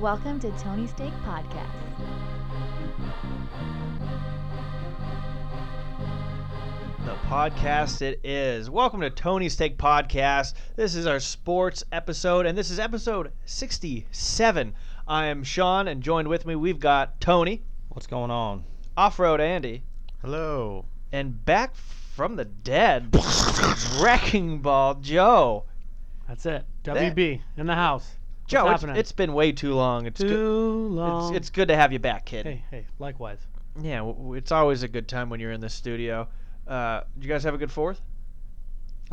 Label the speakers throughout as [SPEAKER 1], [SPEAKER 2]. [SPEAKER 1] Welcome to Tony Steak Podcast.
[SPEAKER 2] The podcast it is. Welcome to Tony's Take Podcast. This is our sports episode, and this is episode 67. I am Sean, and joined with me, we've got Tony,
[SPEAKER 3] What's going on?
[SPEAKER 2] Off Road Andy,
[SPEAKER 3] Hello.
[SPEAKER 2] and back from the dead, Wrecking Ball Joe.
[SPEAKER 4] That's it. WB in the house.
[SPEAKER 2] Joe, it's,
[SPEAKER 4] happening?
[SPEAKER 2] it's been way too long. It's,
[SPEAKER 4] Too
[SPEAKER 2] good, it's,
[SPEAKER 4] long.
[SPEAKER 2] it's good to have you back, kid.
[SPEAKER 4] hey, hey. Likewise.
[SPEAKER 2] Yeah, w- w- it's always a good time when you're in the studio. Uh, did you guys have a good fourth?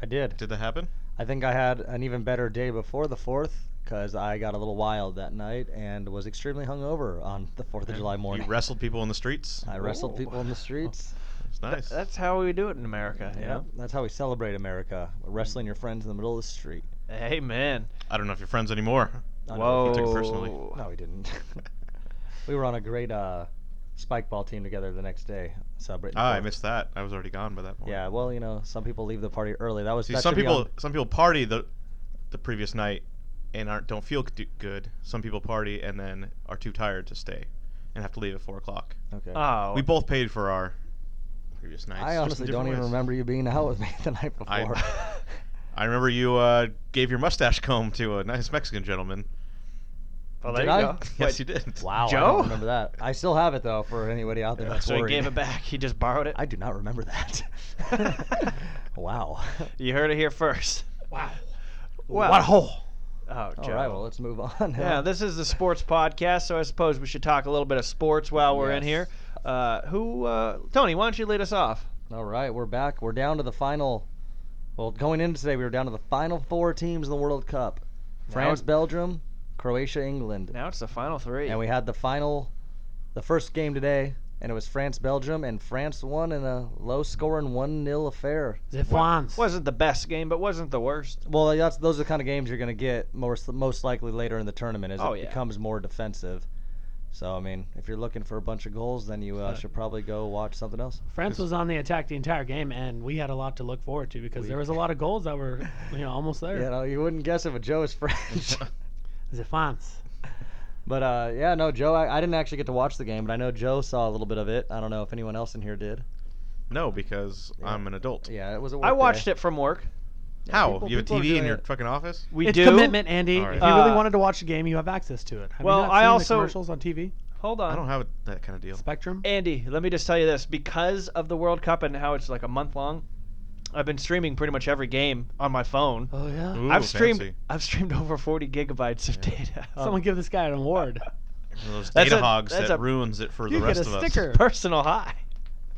[SPEAKER 3] I did.
[SPEAKER 5] Did that happen?
[SPEAKER 3] I think I had an even better day before the 4th because I got a little wild that night and was extremely hungover on the 4th of July morning.
[SPEAKER 5] You wrestled Oh. people in the streets.
[SPEAKER 3] I wrestled people in the streets.
[SPEAKER 5] It's
[SPEAKER 2] Th-
[SPEAKER 5] nice.
[SPEAKER 2] that's how we do it in America.
[SPEAKER 3] Yeah. That's how we celebrate America. Wrestling your friends in the middle of the street.
[SPEAKER 2] Hey, man.
[SPEAKER 5] I don't know if you're friends anymore.
[SPEAKER 3] I
[SPEAKER 2] Whoa.
[SPEAKER 3] know
[SPEAKER 5] he took it personally.
[SPEAKER 3] No, we didn't. we were on a great uh, spike ball team together the next day celebrating. the
[SPEAKER 5] Ah, I
[SPEAKER 3] 4th.
[SPEAKER 5] missed that. I was already gone by that point.
[SPEAKER 3] Yeah, well, you know, some people leave the party early. That was
[SPEAKER 5] See,
[SPEAKER 3] that
[SPEAKER 5] some
[SPEAKER 3] should be
[SPEAKER 5] people
[SPEAKER 3] on-
[SPEAKER 5] some people party the the previous night and aren't don't feel do- good. Some people party and then are too tired to stay and have to leave at four o'clock.
[SPEAKER 3] Okay.
[SPEAKER 2] Oh.
[SPEAKER 5] We both paid for our previous nights.
[SPEAKER 3] I
[SPEAKER 5] Ah, just in
[SPEAKER 3] honestly don't
[SPEAKER 5] different
[SPEAKER 3] even
[SPEAKER 5] ways.
[SPEAKER 3] remember you being out with me the night
[SPEAKER 5] I-
[SPEAKER 3] before.
[SPEAKER 5] I remember you uh, gave your mustache comb to a nice Mexican gentleman.
[SPEAKER 2] Well, there
[SPEAKER 3] Did
[SPEAKER 2] you
[SPEAKER 3] I?
[SPEAKER 2] go.
[SPEAKER 5] Yes, you did.
[SPEAKER 3] Wow, I
[SPEAKER 2] Joe?
[SPEAKER 3] don't remember that. I still have it though for anybody out there that's
[SPEAKER 2] so he
[SPEAKER 3] worried.
[SPEAKER 2] gave it back. He just borrowed it.
[SPEAKER 3] I do not remember that. wow.
[SPEAKER 2] you heard it here first.
[SPEAKER 4] Wow.
[SPEAKER 2] Well,
[SPEAKER 3] What a hole.
[SPEAKER 2] Oh,
[SPEAKER 3] All
[SPEAKER 2] Joe.
[SPEAKER 3] right, well, let's move on.
[SPEAKER 2] yeah, this is the sports podcast, so I suppose we should talk a little bit of sports while we're in here.
[SPEAKER 3] Yes.
[SPEAKER 2] Uh, who, uh, Tony? Why don't you lead us off?
[SPEAKER 3] All right, we're back. We're down to the final. Well, going into today, we were down to the final four teams in the World Cup: France,
[SPEAKER 2] it-
[SPEAKER 3] Belgium, Croatia, England,
[SPEAKER 2] Now it's the final three.
[SPEAKER 3] and we had the final, the first game today, and it was France, Belgium, and France won in a low-scoring one-nil affair.
[SPEAKER 4] The Fonz.
[SPEAKER 2] wasn't the best game, but wasn't the worst.
[SPEAKER 3] Well, that's those are the kind of games you're going to get most most likely later in the tournament as
[SPEAKER 2] Oh,
[SPEAKER 3] it
[SPEAKER 2] yeah.
[SPEAKER 3] becomes more defensive. So I mean, if you're looking for a bunch of goals, then you uh, should probably go watch something else.
[SPEAKER 4] France was on the attack the entire game, and we had a lot to look forward to because there was a lot of goals that were, you know, almost there.
[SPEAKER 3] You know, you wouldn't guess if a Joe is French.
[SPEAKER 4] The Fonz.
[SPEAKER 3] but uh, yeah, no, Joe, I, I didn't actually get to watch the game, but I know Joe saw a little bit of it. I don't know if anyone else in here did.
[SPEAKER 5] No, because I'm an adult.
[SPEAKER 3] Yeah, it was a.
[SPEAKER 2] I watched it from work.
[SPEAKER 5] How?
[SPEAKER 3] people-
[SPEAKER 5] you have a
[SPEAKER 3] people are
[SPEAKER 5] TV in
[SPEAKER 3] doing
[SPEAKER 5] your
[SPEAKER 3] it.
[SPEAKER 5] fucking office?
[SPEAKER 2] We
[SPEAKER 4] it's
[SPEAKER 2] do.
[SPEAKER 4] commitment, Andy.
[SPEAKER 5] All right.
[SPEAKER 4] If you really
[SPEAKER 2] Uh,
[SPEAKER 4] wanted to watch the game, you have access to it. Have
[SPEAKER 2] well,
[SPEAKER 4] you not
[SPEAKER 2] I
[SPEAKER 4] seen
[SPEAKER 2] also-
[SPEAKER 4] the commercials on TV.
[SPEAKER 2] Hold on.
[SPEAKER 5] I don't have that kind of deal.
[SPEAKER 4] Spectrum.
[SPEAKER 2] Andy, let me just tell you this: because of the World Cup and how it's like a month long, I've been streaming pretty much every game on my phone.
[SPEAKER 4] Oh yeah.
[SPEAKER 5] Ooh,
[SPEAKER 2] I've streamed.
[SPEAKER 5] fancy.
[SPEAKER 2] I've streamed over 40 gigabytes of data. Um, on
[SPEAKER 4] Someone give this guy an award.
[SPEAKER 5] One of those
[SPEAKER 2] That's
[SPEAKER 5] data
[SPEAKER 2] a-
[SPEAKER 5] hogs
[SPEAKER 2] that's
[SPEAKER 5] that
[SPEAKER 2] a-
[SPEAKER 5] ruins it for the
[SPEAKER 4] you get
[SPEAKER 5] rest
[SPEAKER 4] a
[SPEAKER 5] of us.
[SPEAKER 4] sticker.
[SPEAKER 2] personal high.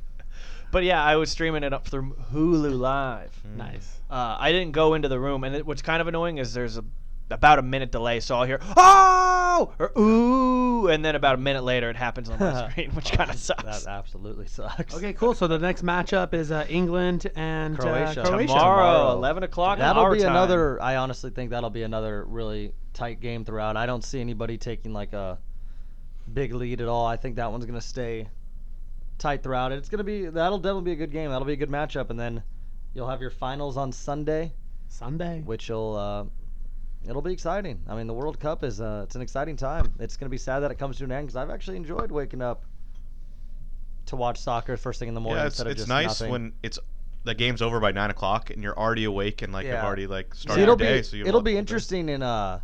[SPEAKER 2] But yeah, I was streaming it up through Hulu Live.
[SPEAKER 4] Hmm. nice.
[SPEAKER 2] Uh, I didn't go into the room, and it, what's kind of annoying is there's a, about a minute delay, so I'll hear oh or ooh, and then about a minute later it happens on my screen, which kind of sucks.
[SPEAKER 3] That absolutely sucks.
[SPEAKER 4] Okay, cool. So the next matchup is uh, England and
[SPEAKER 3] Croatia.
[SPEAKER 4] Uh, Croatia.
[SPEAKER 2] Tomorrow,
[SPEAKER 3] Tomorrow.
[SPEAKER 2] 11 o'clock.
[SPEAKER 3] That'll
[SPEAKER 2] our
[SPEAKER 3] be
[SPEAKER 2] time.
[SPEAKER 3] another. I honestly think that'll be another really tight game throughout. I don't see anybody taking like a big lead at all. I think that one's gonna stay tight throughout. It's gonna be that'll definitely be a good game. That'll be a good matchup, and then you'll have your finals on Sunday,
[SPEAKER 4] Sunday.
[SPEAKER 3] which will uh, it'll be exciting. I mean, the World Cup is uh, it's an exciting time. It's gonna be sad that it comes to an end because I've actually enjoyed waking up to watch soccer first thing in the morning
[SPEAKER 5] Yeah, it's,
[SPEAKER 3] instead of
[SPEAKER 5] it's
[SPEAKER 3] just
[SPEAKER 5] nice
[SPEAKER 3] nothing.
[SPEAKER 5] when it's the game's over by nine o'clock and you're already awake and like
[SPEAKER 3] Yeah.
[SPEAKER 5] have already like
[SPEAKER 3] So
[SPEAKER 5] started
[SPEAKER 3] it'll
[SPEAKER 5] your
[SPEAKER 3] be
[SPEAKER 5] day. so you
[SPEAKER 3] it'll
[SPEAKER 5] love
[SPEAKER 3] be
[SPEAKER 5] the whole thing.
[SPEAKER 3] interesting in uh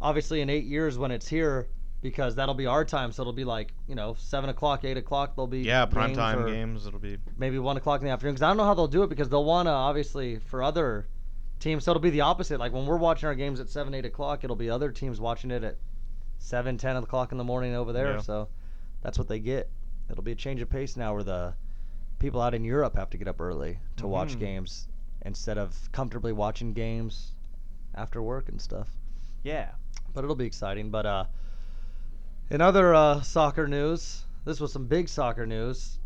[SPEAKER 3] obviously in eight years when it's here because that'll be our time. So it'll be like you know seven o'clock, eight o'clock. There'll be
[SPEAKER 5] Yeah, prime
[SPEAKER 3] games
[SPEAKER 5] time
[SPEAKER 3] or
[SPEAKER 5] games. It'll be
[SPEAKER 3] maybe one o'clock in the afternoon. Because I don't know how they'll do it because they'll wanna obviously for other teams. So it'll be the opposite. Like when we're watching our games at seven, eight o'clock, it'll be other teams watching it at seven, ten o'clock in the morning over there.
[SPEAKER 5] Yeah.
[SPEAKER 3] So that's what they get. It'll be a change of pace now where the people out in Europe have to get up early to watch
[SPEAKER 2] Mhm.
[SPEAKER 3] games instead of comfortably watching games after work and stuff.
[SPEAKER 2] Yeah.
[SPEAKER 3] But it'll be exciting. But uh, in other uh, soccer news, this was some big soccer news.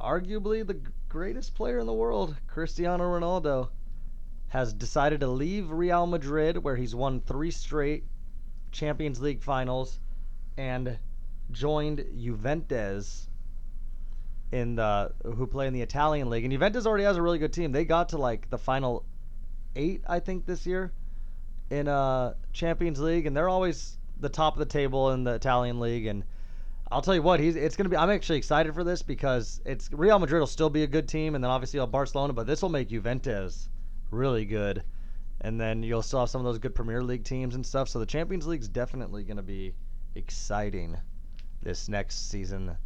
[SPEAKER 3] Arguably the g- greatest player in the world, Cristiano Ronaldo, has decided to leave Real Madrid, where he's won three straight Champions League finals, and joined Juventus in the who play in the Italian league. And Juventus already has a really good team. They got to like the final eight, I think, this year in uh Champions League, and they're always the top of the table in the Italian league, and I'll tell you what, he's it's gonna be. I'm actually excited for this because it's Real Madrid will still be a good team, and then obviously you'll have Barcelona, but this will make Juventus really good, and then you'll still have some of those good Premier League teams and stuff. So the Champions League's definitely gonna be exciting this next season.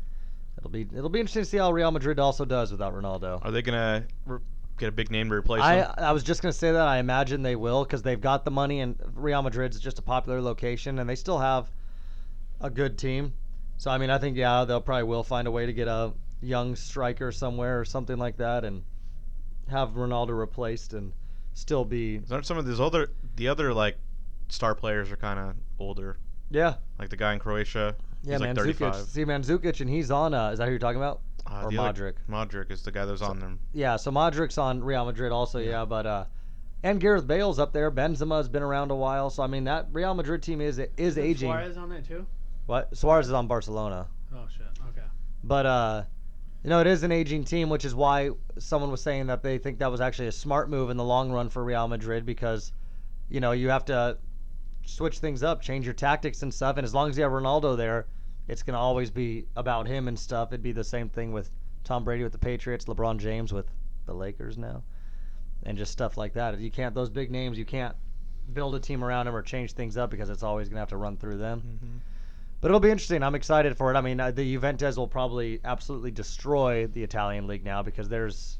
[SPEAKER 3] It'll be it'll be interesting to see how Real Madrid also does without Ronaldo.
[SPEAKER 5] Are they gonna re- get a big name to replace
[SPEAKER 3] I,
[SPEAKER 5] him?
[SPEAKER 3] I was just gonna say that I imagine they will because they've got the money and Real Madrid's just a popular location and they still have a good team. So I mean I think yeah they'll probably will find a way to get a young striker somewhere or something like that and have Ronaldo replaced and still be
[SPEAKER 5] Aren't some of these other the other like star players are kind of older,
[SPEAKER 3] yeah
[SPEAKER 5] like the guy in Croatia.
[SPEAKER 3] yeah
[SPEAKER 5] he's like
[SPEAKER 3] Mandzukic
[SPEAKER 5] 35.
[SPEAKER 3] see Mandzukic and he's on uh, is that who you're talking about
[SPEAKER 5] Uh,
[SPEAKER 3] or
[SPEAKER 5] the other-
[SPEAKER 3] Modric
[SPEAKER 5] Modric is the guy that's on them.
[SPEAKER 3] yeah so Modric's on Real Madrid also yeah, but uh and Gareth Bale's up there Benzema's been around a while so I mean that Real Madrid team is is aging.
[SPEAKER 4] Suarez on it too.
[SPEAKER 3] What Suarez is on Barcelona,
[SPEAKER 4] Oh shit. Okay.
[SPEAKER 3] but uh, you know it is an aging team, which is why someone was saying that they think that was actually a smart move in the long run for Real Madrid because, you know, you have to switch things up, change your tactics and stuff, and as long as you have Ronaldo there, it's gonna always be about him and stuff. It'd be the same thing with Tom Brady with the Patriots, LeBron James with the Lakers now, and just stuff like that. You can't those big names, you can't build a team around them or change things up because it's always gonna have to run through them. But it'll be interesting. I'm excited for it. I mean, uh, the Juventus will probably absolutely destroy the Italian league now because there's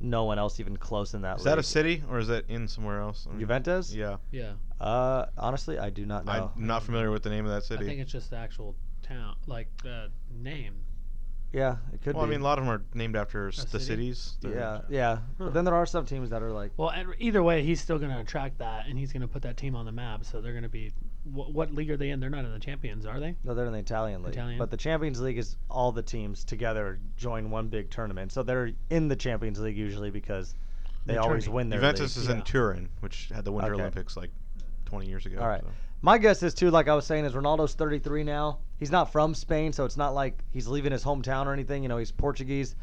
[SPEAKER 3] no one else even close in that
[SPEAKER 5] Is
[SPEAKER 3] league.
[SPEAKER 5] that a city or is that in somewhere else? I mean-
[SPEAKER 3] Juventus?
[SPEAKER 5] Yeah,
[SPEAKER 4] Yeah.
[SPEAKER 3] Uh, honestly, I do not know.
[SPEAKER 5] I'm not familiar with the name of that
[SPEAKER 4] I think
[SPEAKER 5] city.
[SPEAKER 4] it's just the actual town, like the name.
[SPEAKER 3] yeah, it could
[SPEAKER 5] Well,
[SPEAKER 3] be.
[SPEAKER 5] I mean, a lot of them are named after s- the
[SPEAKER 4] city?
[SPEAKER 5] cities. They're-
[SPEAKER 3] yeah, yeah. But then there are some teams that are like,
[SPEAKER 4] Well, e- either way, he's still going to attract that, and he's going to put that team on the map. So they're going to be. Wh- what league are they in? They're not in the champions, are they?
[SPEAKER 3] no, they're in the Italian league.
[SPEAKER 4] Italian?
[SPEAKER 3] But the Champions League is all the teams together join one big tournament. So they're in the Champions League usually because they
[SPEAKER 4] They're
[SPEAKER 3] always
[SPEAKER 4] turning.
[SPEAKER 3] win their league.
[SPEAKER 5] Juventus is in
[SPEAKER 4] Yeah.
[SPEAKER 5] Turin, which had the Winter
[SPEAKER 3] Okay.
[SPEAKER 5] Olympics like 20 years ago.
[SPEAKER 3] All right.
[SPEAKER 5] so.
[SPEAKER 3] My guess is too, like I was saying, is Ronaldo's 33 now. He's not from Spain, so it's not like he's leaving his hometown or anything. You know, he's Portuguese.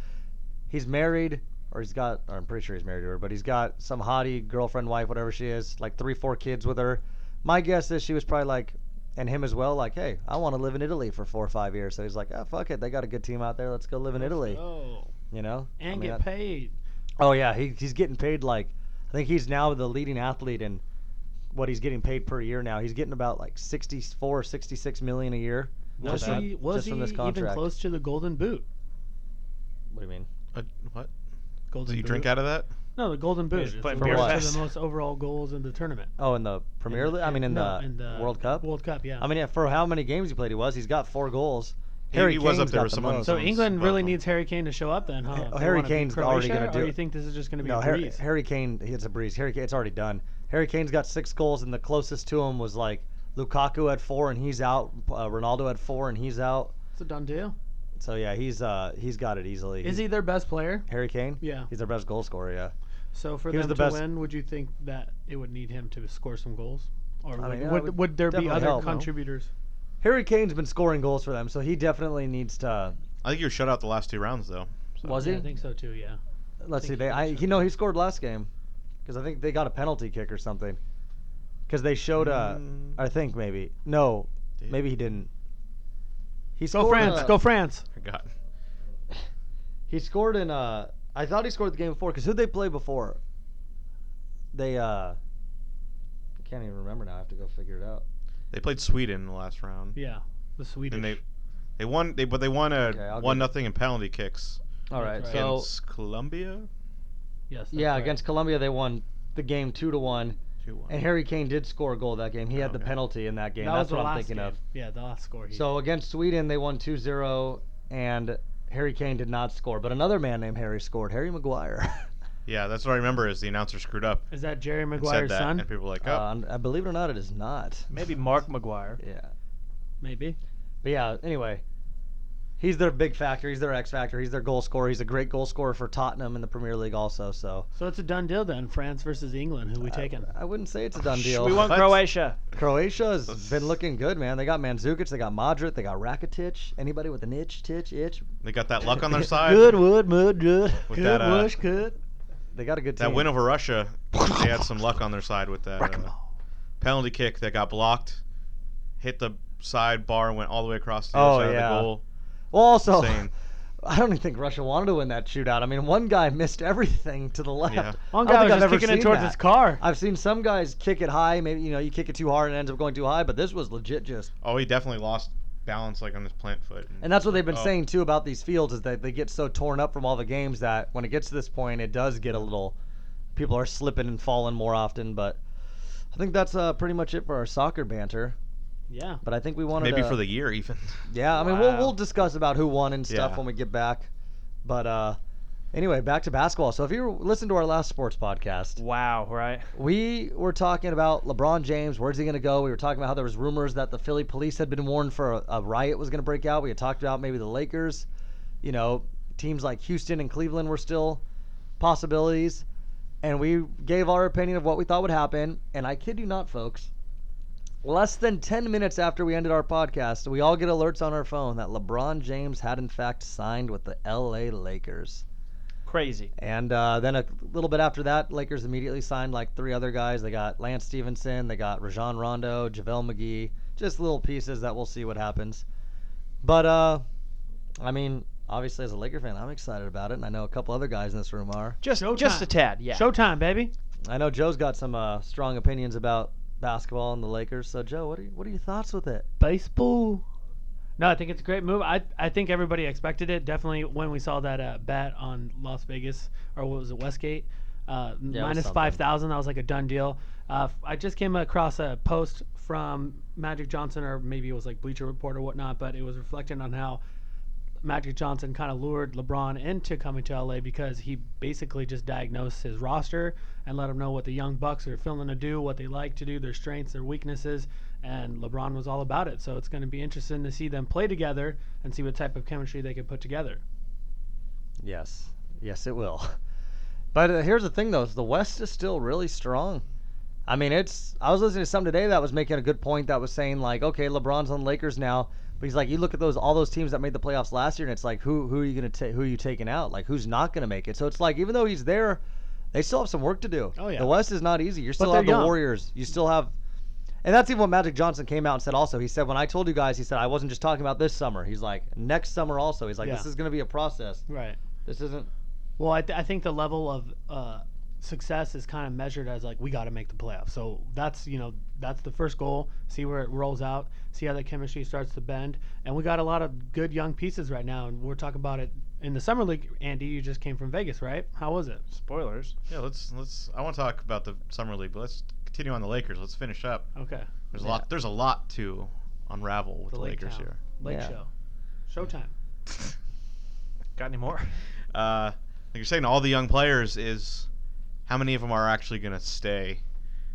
[SPEAKER 3] He's married, or he's got. Or I'm pretty sure he's married to her, but he's got some hottie girlfriend, wife, whatever she is, like three, four kids with her. My guess is she was probably like, and him as well, like, hey, I want to live in Italy for four or five years. So he's like, oh fuck it, they got a good team out there. Let's go live in Italy.
[SPEAKER 4] Oh,
[SPEAKER 3] You know, I
[SPEAKER 4] and
[SPEAKER 3] mean,
[SPEAKER 4] get
[SPEAKER 3] that-
[SPEAKER 4] paid.
[SPEAKER 3] Oh yeah, he, he's getting paid like I think he's now the leading athlete in what he's getting paid per year now. He's getting about like 64 66 million a year.
[SPEAKER 2] Not
[SPEAKER 4] Was
[SPEAKER 2] bad.
[SPEAKER 4] he was
[SPEAKER 3] Just
[SPEAKER 4] he
[SPEAKER 3] from this
[SPEAKER 4] even
[SPEAKER 3] contract.
[SPEAKER 4] close to the golden boot?
[SPEAKER 3] What do you mean?
[SPEAKER 5] Uh, what?
[SPEAKER 4] Golden
[SPEAKER 5] Do you
[SPEAKER 4] boot?
[SPEAKER 5] drink out of that?
[SPEAKER 4] No, the golden boot.
[SPEAKER 2] was
[SPEAKER 4] It's
[SPEAKER 2] playing
[SPEAKER 4] the
[SPEAKER 3] beer
[SPEAKER 4] most-
[SPEAKER 3] fest.
[SPEAKER 4] the most overall goals in the tournament.
[SPEAKER 3] Oh, in the Premier
[SPEAKER 4] In the-
[SPEAKER 3] League? I mean in,
[SPEAKER 4] no,
[SPEAKER 3] the, World Cup?
[SPEAKER 4] World Cup, yeah.
[SPEAKER 3] I mean yeah, for how many games he played he was, he's got 4 goals.
[SPEAKER 5] He-
[SPEAKER 3] Harry
[SPEAKER 5] he was up
[SPEAKER 3] Kane's
[SPEAKER 5] there
[SPEAKER 3] got
[SPEAKER 5] with
[SPEAKER 3] the
[SPEAKER 5] someone-
[SPEAKER 3] most.
[SPEAKER 4] so
[SPEAKER 5] someone's
[SPEAKER 4] England really
[SPEAKER 5] welcome.
[SPEAKER 4] needs Harry Kane to show up then, huh?
[SPEAKER 3] Yeah,
[SPEAKER 4] If
[SPEAKER 3] oh,
[SPEAKER 4] they
[SPEAKER 3] Harry
[SPEAKER 4] wanna beat
[SPEAKER 3] Kane's already
[SPEAKER 4] Croatia,
[SPEAKER 3] gonna do
[SPEAKER 4] Or
[SPEAKER 3] it.
[SPEAKER 4] you think this is just going to be
[SPEAKER 3] No,
[SPEAKER 4] a
[SPEAKER 3] Harry,
[SPEAKER 4] breeze?
[SPEAKER 3] Harry Kane hits a breeze. Harry Kane, it's already done. Harry Kane's got 6 goals and the closest to him was like Lukaku had 4 and he's out. Uh, Ronaldo had 4 and he's out.
[SPEAKER 4] It's a done deal.
[SPEAKER 3] So yeah, he's uh he's got it easily.
[SPEAKER 4] Is
[SPEAKER 3] He-
[SPEAKER 4] he their best player?
[SPEAKER 3] Harry Kane?
[SPEAKER 4] Yeah.
[SPEAKER 3] He's their best goal scorer, yeah.
[SPEAKER 4] So for
[SPEAKER 3] He was
[SPEAKER 4] them
[SPEAKER 3] the
[SPEAKER 4] to
[SPEAKER 3] best-
[SPEAKER 4] win, would you think that it would need him to score some goals, or
[SPEAKER 3] I
[SPEAKER 4] would,
[SPEAKER 3] mean, yeah, it
[SPEAKER 4] would,
[SPEAKER 3] would
[SPEAKER 4] would, there be
[SPEAKER 3] definitely
[SPEAKER 4] other
[SPEAKER 3] help.
[SPEAKER 4] contributors?
[SPEAKER 3] Harry Kane's been scoring goals for them, so he definitely needs to.
[SPEAKER 5] I think you were shut out the last two rounds though. So.
[SPEAKER 3] Was
[SPEAKER 4] Yeah,
[SPEAKER 3] he?
[SPEAKER 4] I think so too. Yeah.
[SPEAKER 3] Let's
[SPEAKER 4] think
[SPEAKER 3] see.
[SPEAKER 4] he
[SPEAKER 3] They, I,
[SPEAKER 4] should.
[SPEAKER 3] you know, he scored last game because I think they got a penalty kick or something. Because they showed a,
[SPEAKER 5] Mm.
[SPEAKER 3] I think maybe no,
[SPEAKER 5] Did-
[SPEAKER 3] maybe he didn't. He
[SPEAKER 4] Go
[SPEAKER 3] scored.
[SPEAKER 4] France!
[SPEAKER 3] uh,
[SPEAKER 4] Go France!
[SPEAKER 5] Forgot.
[SPEAKER 3] He scored in. Uh, I thought he scored the game before because who they play before. They. uh I can't even remember now. I have to go figure it out.
[SPEAKER 5] They played Sweden in the last round.
[SPEAKER 4] Yeah, the Swedish.
[SPEAKER 5] And they they won they but they won a
[SPEAKER 3] Okay, I'll
[SPEAKER 5] one
[SPEAKER 3] give-
[SPEAKER 5] nothing in penalty kicks
[SPEAKER 3] All
[SPEAKER 4] That's
[SPEAKER 3] right,
[SPEAKER 4] right.
[SPEAKER 3] so
[SPEAKER 5] against Colombia.
[SPEAKER 4] yes. that's
[SPEAKER 3] yeah,
[SPEAKER 4] right.
[SPEAKER 3] against Colombia they won the game two to one,
[SPEAKER 5] Two one.
[SPEAKER 3] and Harry Kane did score a goal that game. He had the
[SPEAKER 5] Okay.
[SPEAKER 3] penalty in that game.
[SPEAKER 4] That was
[SPEAKER 3] That's
[SPEAKER 4] the
[SPEAKER 3] what I'm
[SPEAKER 4] last
[SPEAKER 3] thinking
[SPEAKER 4] game.
[SPEAKER 3] of.
[SPEAKER 4] Yeah, the last score. He
[SPEAKER 3] So against Sweden, they won 2-0, and Harry Kane did not score, but another man named Harry scored, Harry Maguire.
[SPEAKER 5] Yeah, that's what I remember is the announcer screwed up
[SPEAKER 4] is that Jerry
[SPEAKER 5] and said
[SPEAKER 4] Maguire's
[SPEAKER 5] that,
[SPEAKER 4] son?
[SPEAKER 5] and people were like,
[SPEAKER 3] uh,
[SPEAKER 5] oh,
[SPEAKER 3] and- uh, believe it or not, it is not.
[SPEAKER 2] Maybe Mark McGuire.
[SPEAKER 3] Yeah,
[SPEAKER 4] Maybe.
[SPEAKER 3] but yeah. Anyway, he's their big factor. He's their X factor. He's their goal scorer. He's a great goal scorer for Tottenham in the Premier League, also. So
[SPEAKER 4] So it's a done deal then. France versus England. Who we taking?
[SPEAKER 3] I wouldn't say
[SPEAKER 4] Oh,
[SPEAKER 3] it's a done deal.
[SPEAKER 2] We want
[SPEAKER 5] What?
[SPEAKER 2] Croatia.
[SPEAKER 3] Croatia has been looking good, man. They got Mandzukic, they got Modric, they got Rakitic. Anybody with an itch, titch, itch.
[SPEAKER 5] they got that luck on their side.
[SPEAKER 3] wood, mud, good.
[SPEAKER 5] With that, uh,
[SPEAKER 3] good. They got a good team.
[SPEAKER 5] That win over Russia, they had some luck on their side with that uh, penalty kick that got blocked. hit the side bar and went all the way across the
[SPEAKER 3] Oh,
[SPEAKER 5] other side
[SPEAKER 3] yeah.
[SPEAKER 5] of the goal.
[SPEAKER 3] Well, also,
[SPEAKER 5] Insane.
[SPEAKER 3] I don't even think Russia wanted to win that shootout. I mean, one guy missed everything to the left.
[SPEAKER 5] Yeah.
[SPEAKER 4] One
[SPEAKER 3] I don't
[SPEAKER 4] guy was
[SPEAKER 3] think I've
[SPEAKER 4] just
[SPEAKER 3] ever
[SPEAKER 4] kicking it
[SPEAKER 3] seen
[SPEAKER 4] towards
[SPEAKER 3] that.
[SPEAKER 4] his car.
[SPEAKER 3] I've seen some guys kick it high. Maybe you know you kick it too hard and it ends up going too high. But this was legit just,
[SPEAKER 5] Oh, he definitely lost balance like on his plant foot.
[SPEAKER 3] and that's what they've been
[SPEAKER 5] Oh.
[SPEAKER 3] saying too about these fields is that they get so torn up from all the games that when it gets to this point, it does get a little. People are slipping and falling more often, but I think that's uh, pretty much it for our soccer banter.
[SPEAKER 4] Yeah.
[SPEAKER 3] But I think we wanted
[SPEAKER 5] Maybe
[SPEAKER 3] to,
[SPEAKER 5] for the year even.
[SPEAKER 3] yeah. I mean,
[SPEAKER 4] Wow.
[SPEAKER 3] we'll we'll discuss about who won and stuff
[SPEAKER 5] Yeah.
[SPEAKER 3] when we get back. But uh, anyway, back to basketball. So if you listen to our last sports podcast,
[SPEAKER 2] Wow, right?
[SPEAKER 3] We were talking about LeBron James. Where's he going to go? We were talking about how there was rumors that the Philly police had been warned for a, a riot was going to break out. We had talked about maybe the Lakers. You know, teams like Houston and Cleveland were still possibilities. And we gave our opinion of what we thought would happen. And I kid you not, folks. Less than 10 minutes after we ended our podcast, we all get alerts on our phone that LeBron James had, in fact, signed with the LA Lakers.
[SPEAKER 2] Crazy.
[SPEAKER 3] And uh, then a little bit after that, Lakers immediately signed like three other guys. They got Lance Stevenson, they got Rajon Rondo, JaVale McGee, just little pieces that we'll see what happens. But uh, I mean, obviously as a Laker fan, I'm excited about it, and I know a couple other guys in this room are.
[SPEAKER 2] Just
[SPEAKER 4] Showtime.
[SPEAKER 2] just a tad, yeah.
[SPEAKER 4] Showtime, baby.
[SPEAKER 3] I know Joe's got some uh, strong opinions about basketball and the Lakers. So Joe, what are you, what are your thoughts with it?
[SPEAKER 4] Baseball. No, I think it's a great move. I, I think everybody expected it. Definitely when we saw that uh, bet on Las Vegas or what was it Westgate uh,
[SPEAKER 3] was
[SPEAKER 4] minus
[SPEAKER 3] something.
[SPEAKER 4] five thousand. That was like a done deal. Uh, f- I just came across a post from Magic Johnson or maybe it was like Bleacher Report or whatnot, but it was reflecting on how Magic Johnson kind of lured LeBron into coming to LA because he basically just diagnosed his roster and let him know what the young bucks are feeling to do, what they like to do, their strengths, their weaknesses, and LeBron was all about it. So it's going to be interesting to see them play together and see what type of chemistry they can put together.
[SPEAKER 3] Yes, yes, it will. But uh, here's the thing, though: is the West is still really strong. I mean, it's. I was listening to something today that was making a good point. That was saying like, okay, LeBron's on the Lakers now, but he's like, you look at those all those teams that made the playoffs last year, and it's like, who who are you gonna take? Who are you taking out? Like, who's not gonna make it? So it's like, even though he's there, they still have some work to do.
[SPEAKER 4] Oh, yeah.
[SPEAKER 3] The West is not easy. You still
[SPEAKER 4] they're
[SPEAKER 3] have the
[SPEAKER 4] young.
[SPEAKER 3] Warriors. You still have. And that's even what Magic Johnson came out and said. Also, he said, "When I told you guys, he said I wasn't just talking about this summer. He's like next summer also. He's like,
[SPEAKER 4] Yeah.
[SPEAKER 3] this is going to be a process.
[SPEAKER 4] Right.
[SPEAKER 3] This isn't
[SPEAKER 4] Well, I, th- I think the level of uh, success is kind of measured as like we got to make the playoffs. So that's you know that's the first goal. See where it rolls out. See how the chemistry starts to bend. And we got a lot of good young pieces right now. And we're talking about it in the summer league. Andy, you just came from Vegas, right? How was it?
[SPEAKER 2] Spoilers.
[SPEAKER 5] Yeah, let's let's. I want to talk about the summer league, but let's continue on the Lakers. Let's finish up.
[SPEAKER 4] Okay.
[SPEAKER 5] There's a lot. There's a lot to unravel with
[SPEAKER 4] The
[SPEAKER 5] the,
[SPEAKER 4] Lake
[SPEAKER 5] Lakers
[SPEAKER 4] Town.
[SPEAKER 5] here.
[SPEAKER 4] Late
[SPEAKER 3] Yeah.
[SPEAKER 4] show. Showtime.
[SPEAKER 2] Got any more?
[SPEAKER 5] Uh, like you're saying, all the young players is how many of them are actually going to stay?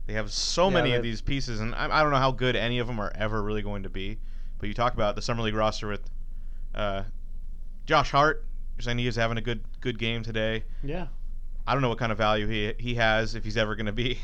[SPEAKER 5] They have so
[SPEAKER 3] Yeah,
[SPEAKER 5] many
[SPEAKER 3] that-
[SPEAKER 5] of these pieces, and I, I don't know how good any of them are ever really going to be. But you talk about the summer league roster with uh, Josh Hart. You're saying he is having a good good game today.
[SPEAKER 4] Yeah.
[SPEAKER 5] I don't know what kind of value he he has if he's ever going to be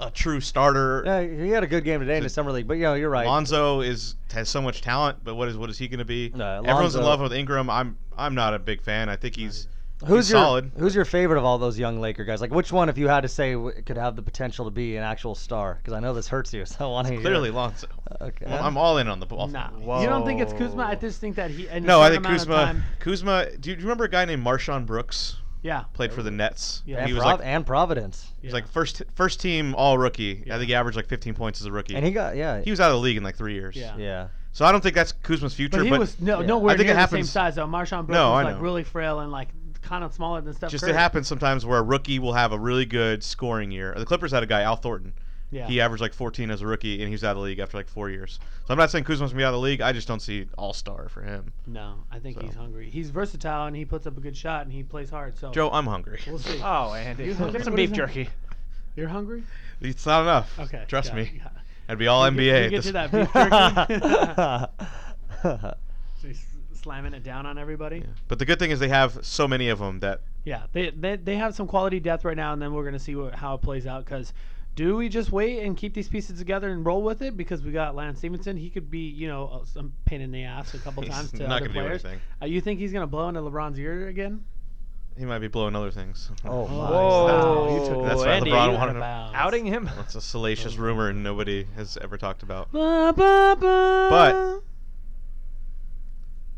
[SPEAKER 5] a true starter.
[SPEAKER 3] Yeah, he had a good game today in the
[SPEAKER 5] So-
[SPEAKER 3] summer league, but you know, you're right.
[SPEAKER 5] Lonzo is has so much talent, but what is what is he going to be?
[SPEAKER 3] No,
[SPEAKER 5] Everyone's in
[SPEAKER 3] Lonzo-
[SPEAKER 5] love with Ingram. I'm I'm not a big fan. I think he's
[SPEAKER 3] who's
[SPEAKER 5] he's
[SPEAKER 3] your
[SPEAKER 5] solid.
[SPEAKER 3] who's your favorite of all those young Laker guys? Like, which one, if you had to say, w- could have the potential to be an actual star? Because I know this hurts you, so I want to hear.
[SPEAKER 5] clearly Lonzo.
[SPEAKER 3] okay.
[SPEAKER 5] Well, I'm all in on the ball.
[SPEAKER 4] Nah. You don't think it's Kuzma? I
[SPEAKER 2] Whoa.
[SPEAKER 4] just think that he. And
[SPEAKER 5] No, I think Kuzma. Kuzma. Do you, do you remember a guy named Marshawn Brooks
[SPEAKER 4] Yeah.
[SPEAKER 5] played for the Nets?
[SPEAKER 4] Yeah.
[SPEAKER 3] and,
[SPEAKER 5] he was
[SPEAKER 3] Prov-
[SPEAKER 5] like
[SPEAKER 3] and Providence,
[SPEAKER 5] he
[SPEAKER 4] yeah.
[SPEAKER 5] was like first first team all rookie.
[SPEAKER 4] Yeah.
[SPEAKER 5] I think he averaged like 15 points as a rookie.
[SPEAKER 3] and he got yeah,
[SPEAKER 5] he was out of the league in like three years.
[SPEAKER 4] Yeah.
[SPEAKER 3] yeah.
[SPEAKER 5] So I don't think that's Kuzma's future.
[SPEAKER 4] But
[SPEAKER 5] But,
[SPEAKER 4] he was no
[SPEAKER 3] Yeah.
[SPEAKER 4] nowhere
[SPEAKER 5] I think it
[SPEAKER 4] near the same
[SPEAKER 5] happens-
[SPEAKER 4] size though. Marshawn Brooks
[SPEAKER 5] No,
[SPEAKER 4] was
[SPEAKER 5] I
[SPEAKER 4] like
[SPEAKER 5] know.
[SPEAKER 4] really frail and like kind of smaller than Steph
[SPEAKER 5] just
[SPEAKER 4] Curry.
[SPEAKER 5] it happens sometimes where a rookie will have a really good scoring year. The Clippers had a guy Al Thornton.
[SPEAKER 4] Yeah.
[SPEAKER 5] He averaged like 14 as a rookie, and he was out of the league after like four years. So I'm not saying Kuzma's gonna be out of the league. I just don't see All Star for him.
[SPEAKER 4] No, I think
[SPEAKER 5] So.
[SPEAKER 4] he's hungry. He's versatile and he puts up a good shot and he plays hard. So
[SPEAKER 5] Joe, I'm hungry.
[SPEAKER 4] we'll see.
[SPEAKER 2] Oh, Andy.
[SPEAKER 4] You hungry?
[SPEAKER 2] Get some
[SPEAKER 4] What is
[SPEAKER 2] beef
[SPEAKER 4] that?
[SPEAKER 2] jerky.
[SPEAKER 4] You're hungry?
[SPEAKER 5] It's not enough.
[SPEAKER 4] Okay.
[SPEAKER 5] Trust
[SPEAKER 4] got it,
[SPEAKER 5] me.
[SPEAKER 4] got it.
[SPEAKER 5] I'd be all
[SPEAKER 4] You
[SPEAKER 5] NBA.
[SPEAKER 4] get-
[SPEAKER 5] at
[SPEAKER 4] You get
[SPEAKER 5] this-
[SPEAKER 4] to that beef jerky. So he's slamming it down on everybody. Yeah.
[SPEAKER 5] But the good thing is they have so many of them that
[SPEAKER 4] they, they they have some quality depth right now, and then we're gonna see what, how it plays out. Cause do we just wait and keep these pieces together and roll with it? Because we got Lance Stevenson. He could be you know a- some pain in the ass a couple
[SPEAKER 5] He's
[SPEAKER 4] times to
[SPEAKER 5] not
[SPEAKER 4] other
[SPEAKER 5] gonna do
[SPEAKER 4] players.
[SPEAKER 5] anything.
[SPEAKER 4] Uh, you think he's gonna blow into LeBron's ear again?
[SPEAKER 5] He might be blowing other things.
[SPEAKER 3] Oh, my. Oh,
[SPEAKER 4] Wow, you
[SPEAKER 2] Whoa,
[SPEAKER 4] took
[SPEAKER 5] That's why
[SPEAKER 2] Andy,
[SPEAKER 5] LeBron
[SPEAKER 2] you
[SPEAKER 5] wanted him
[SPEAKER 4] bounds.
[SPEAKER 2] outing him.
[SPEAKER 5] That's a salacious rumor nobody has ever talked about.
[SPEAKER 4] Ba, ba, ba.
[SPEAKER 5] But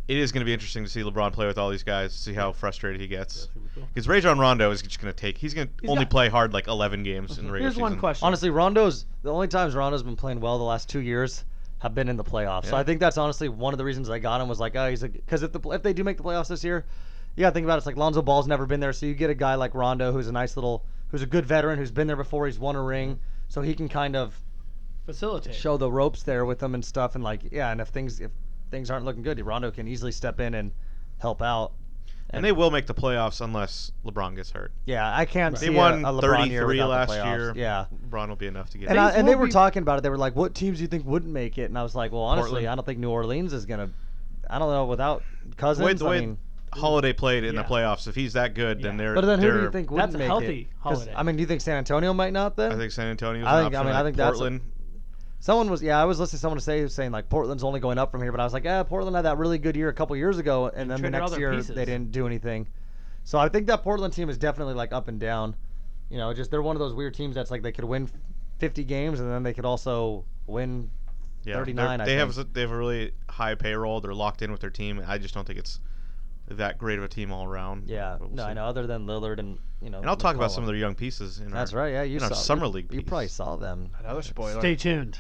[SPEAKER 5] it is going to be interesting to see LeBron play with all these guys, see how frustrated he gets. Because Rajon Rondo is just going to take. He's going to
[SPEAKER 4] He's
[SPEAKER 5] only
[SPEAKER 4] got-
[SPEAKER 5] play hard like 11 games in the regular
[SPEAKER 4] Here's one
[SPEAKER 5] season.
[SPEAKER 4] question.
[SPEAKER 3] Honestly, Rondo's the only times Rondo's been playing well the last two years have been in the playoffs. So
[SPEAKER 5] Yeah.
[SPEAKER 3] I think that's honestly one of the reasons I got him was like, oh, he's because if the if they do make the playoffs this year, you gotta think about it. It's like Lonzo Ball's never been there, so you get a guy like Rondo who's a nice little, who's a good veteran, who's been there before, he's won a ring, so he can kind of
[SPEAKER 4] Facilitate.
[SPEAKER 3] show the ropes there with them and stuff, and like yeah, and if things if things aren't looking good, Rondo can easily step in and help out.
[SPEAKER 5] And they will make the playoffs unless LeBron gets hurt.
[SPEAKER 3] Yeah, I can't
[SPEAKER 5] They
[SPEAKER 3] see a-
[SPEAKER 5] won
[SPEAKER 3] a, LeBron
[SPEAKER 5] 33
[SPEAKER 3] year without the
[SPEAKER 5] last
[SPEAKER 3] playoffs.
[SPEAKER 5] year.
[SPEAKER 3] Yeah.
[SPEAKER 5] LeBron will be enough to get.
[SPEAKER 3] And,
[SPEAKER 5] in.
[SPEAKER 3] I,
[SPEAKER 4] Things
[SPEAKER 3] and they
[SPEAKER 4] won't
[SPEAKER 3] were
[SPEAKER 4] be-
[SPEAKER 3] talking about it. They were like, "What teams do you think wouldn't make it?" And I was like, "Well, honestly,
[SPEAKER 5] Portland.
[SPEAKER 3] I don't think New Orleans is gonna. I don't know without Cousins.
[SPEAKER 5] With the way
[SPEAKER 3] I mean,
[SPEAKER 5] Holiday played in
[SPEAKER 4] Yeah.
[SPEAKER 5] the playoffs, if he's that good, then
[SPEAKER 4] Yeah.
[SPEAKER 5] they're.
[SPEAKER 3] but then who do
[SPEAKER 5] they're-
[SPEAKER 3] you think wouldn't
[SPEAKER 4] That's a
[SPEAKER 3] make
[SPEAKER 4] healthy
[SPEAKER 3] it? 'Cause,
[SPEAKER 4] holiday.
[SPEAKER 3] I mean, do you think San Antonio might not? Then
[SPEAKER 5] I think San Antonio's.
[SPEAKER 3] I
[SPEAKER 5] an
[SPEAKER 3] think- I
[SPEAKER 5] option.
[SPEAKER 3] mean, I think that's a-
[SPEAKER 5] Portland.
[SPEAKER 3] someone was. Yeah, I was listening to someone say saying like Portland's only going up from here, but I was like, "Yeah, Portland had that really good year a couple years ago, and, then the
[SPEAKER 4] traded all
[SPEAKER 3] next
[SPEAKER 4] their
[SPEAKER 3] year
[SPEAKER 4] pieces.
[SPEAKER 3] they didn't do anything." So I think that Portland team is definitely like up and down. You know, just they're one of those weird teams that's like they could win 50 games and then they could also win
[SPEAKER 5] yeah, they're-
[SPEAKER 3] 39, I
[SPEAKER 5] They have
[SPEAKER 3] think.
[SPEAKER 5] s- they have a really high payroll. They're locked in with their team. I just don't think it's that great of a team all around.
[SPEAKER 3] Yeah,
[SPEAKER 5] But we'll
[SPEAKER 3] no,
[SPEAKER 5] see.
[SPEAKER 3] I know. Other than Lillard and you know,
[SPEAKER 5] And I'll talk about
[SPEAKER 3] McCollum.
[SPEAKER 5] some of their young pieces. In
[SPEAKER 3] That's
[SPEAKER 5] our,
[SPEAKER 3] right. Yeah, you
[SPEAKER 5] in our
[SPEAKER 3] saw
[SPEAKER 5] summer
[SPEAKER 3] you-
[SPEAKER 5] league.
[SPEAKER 3] You probably
[SPEAKER 5] piece.
[SPEAKER 3] saw them.
[SPEAKER 2] Another spoiler.
[SPEAKER 4] Stay tuned.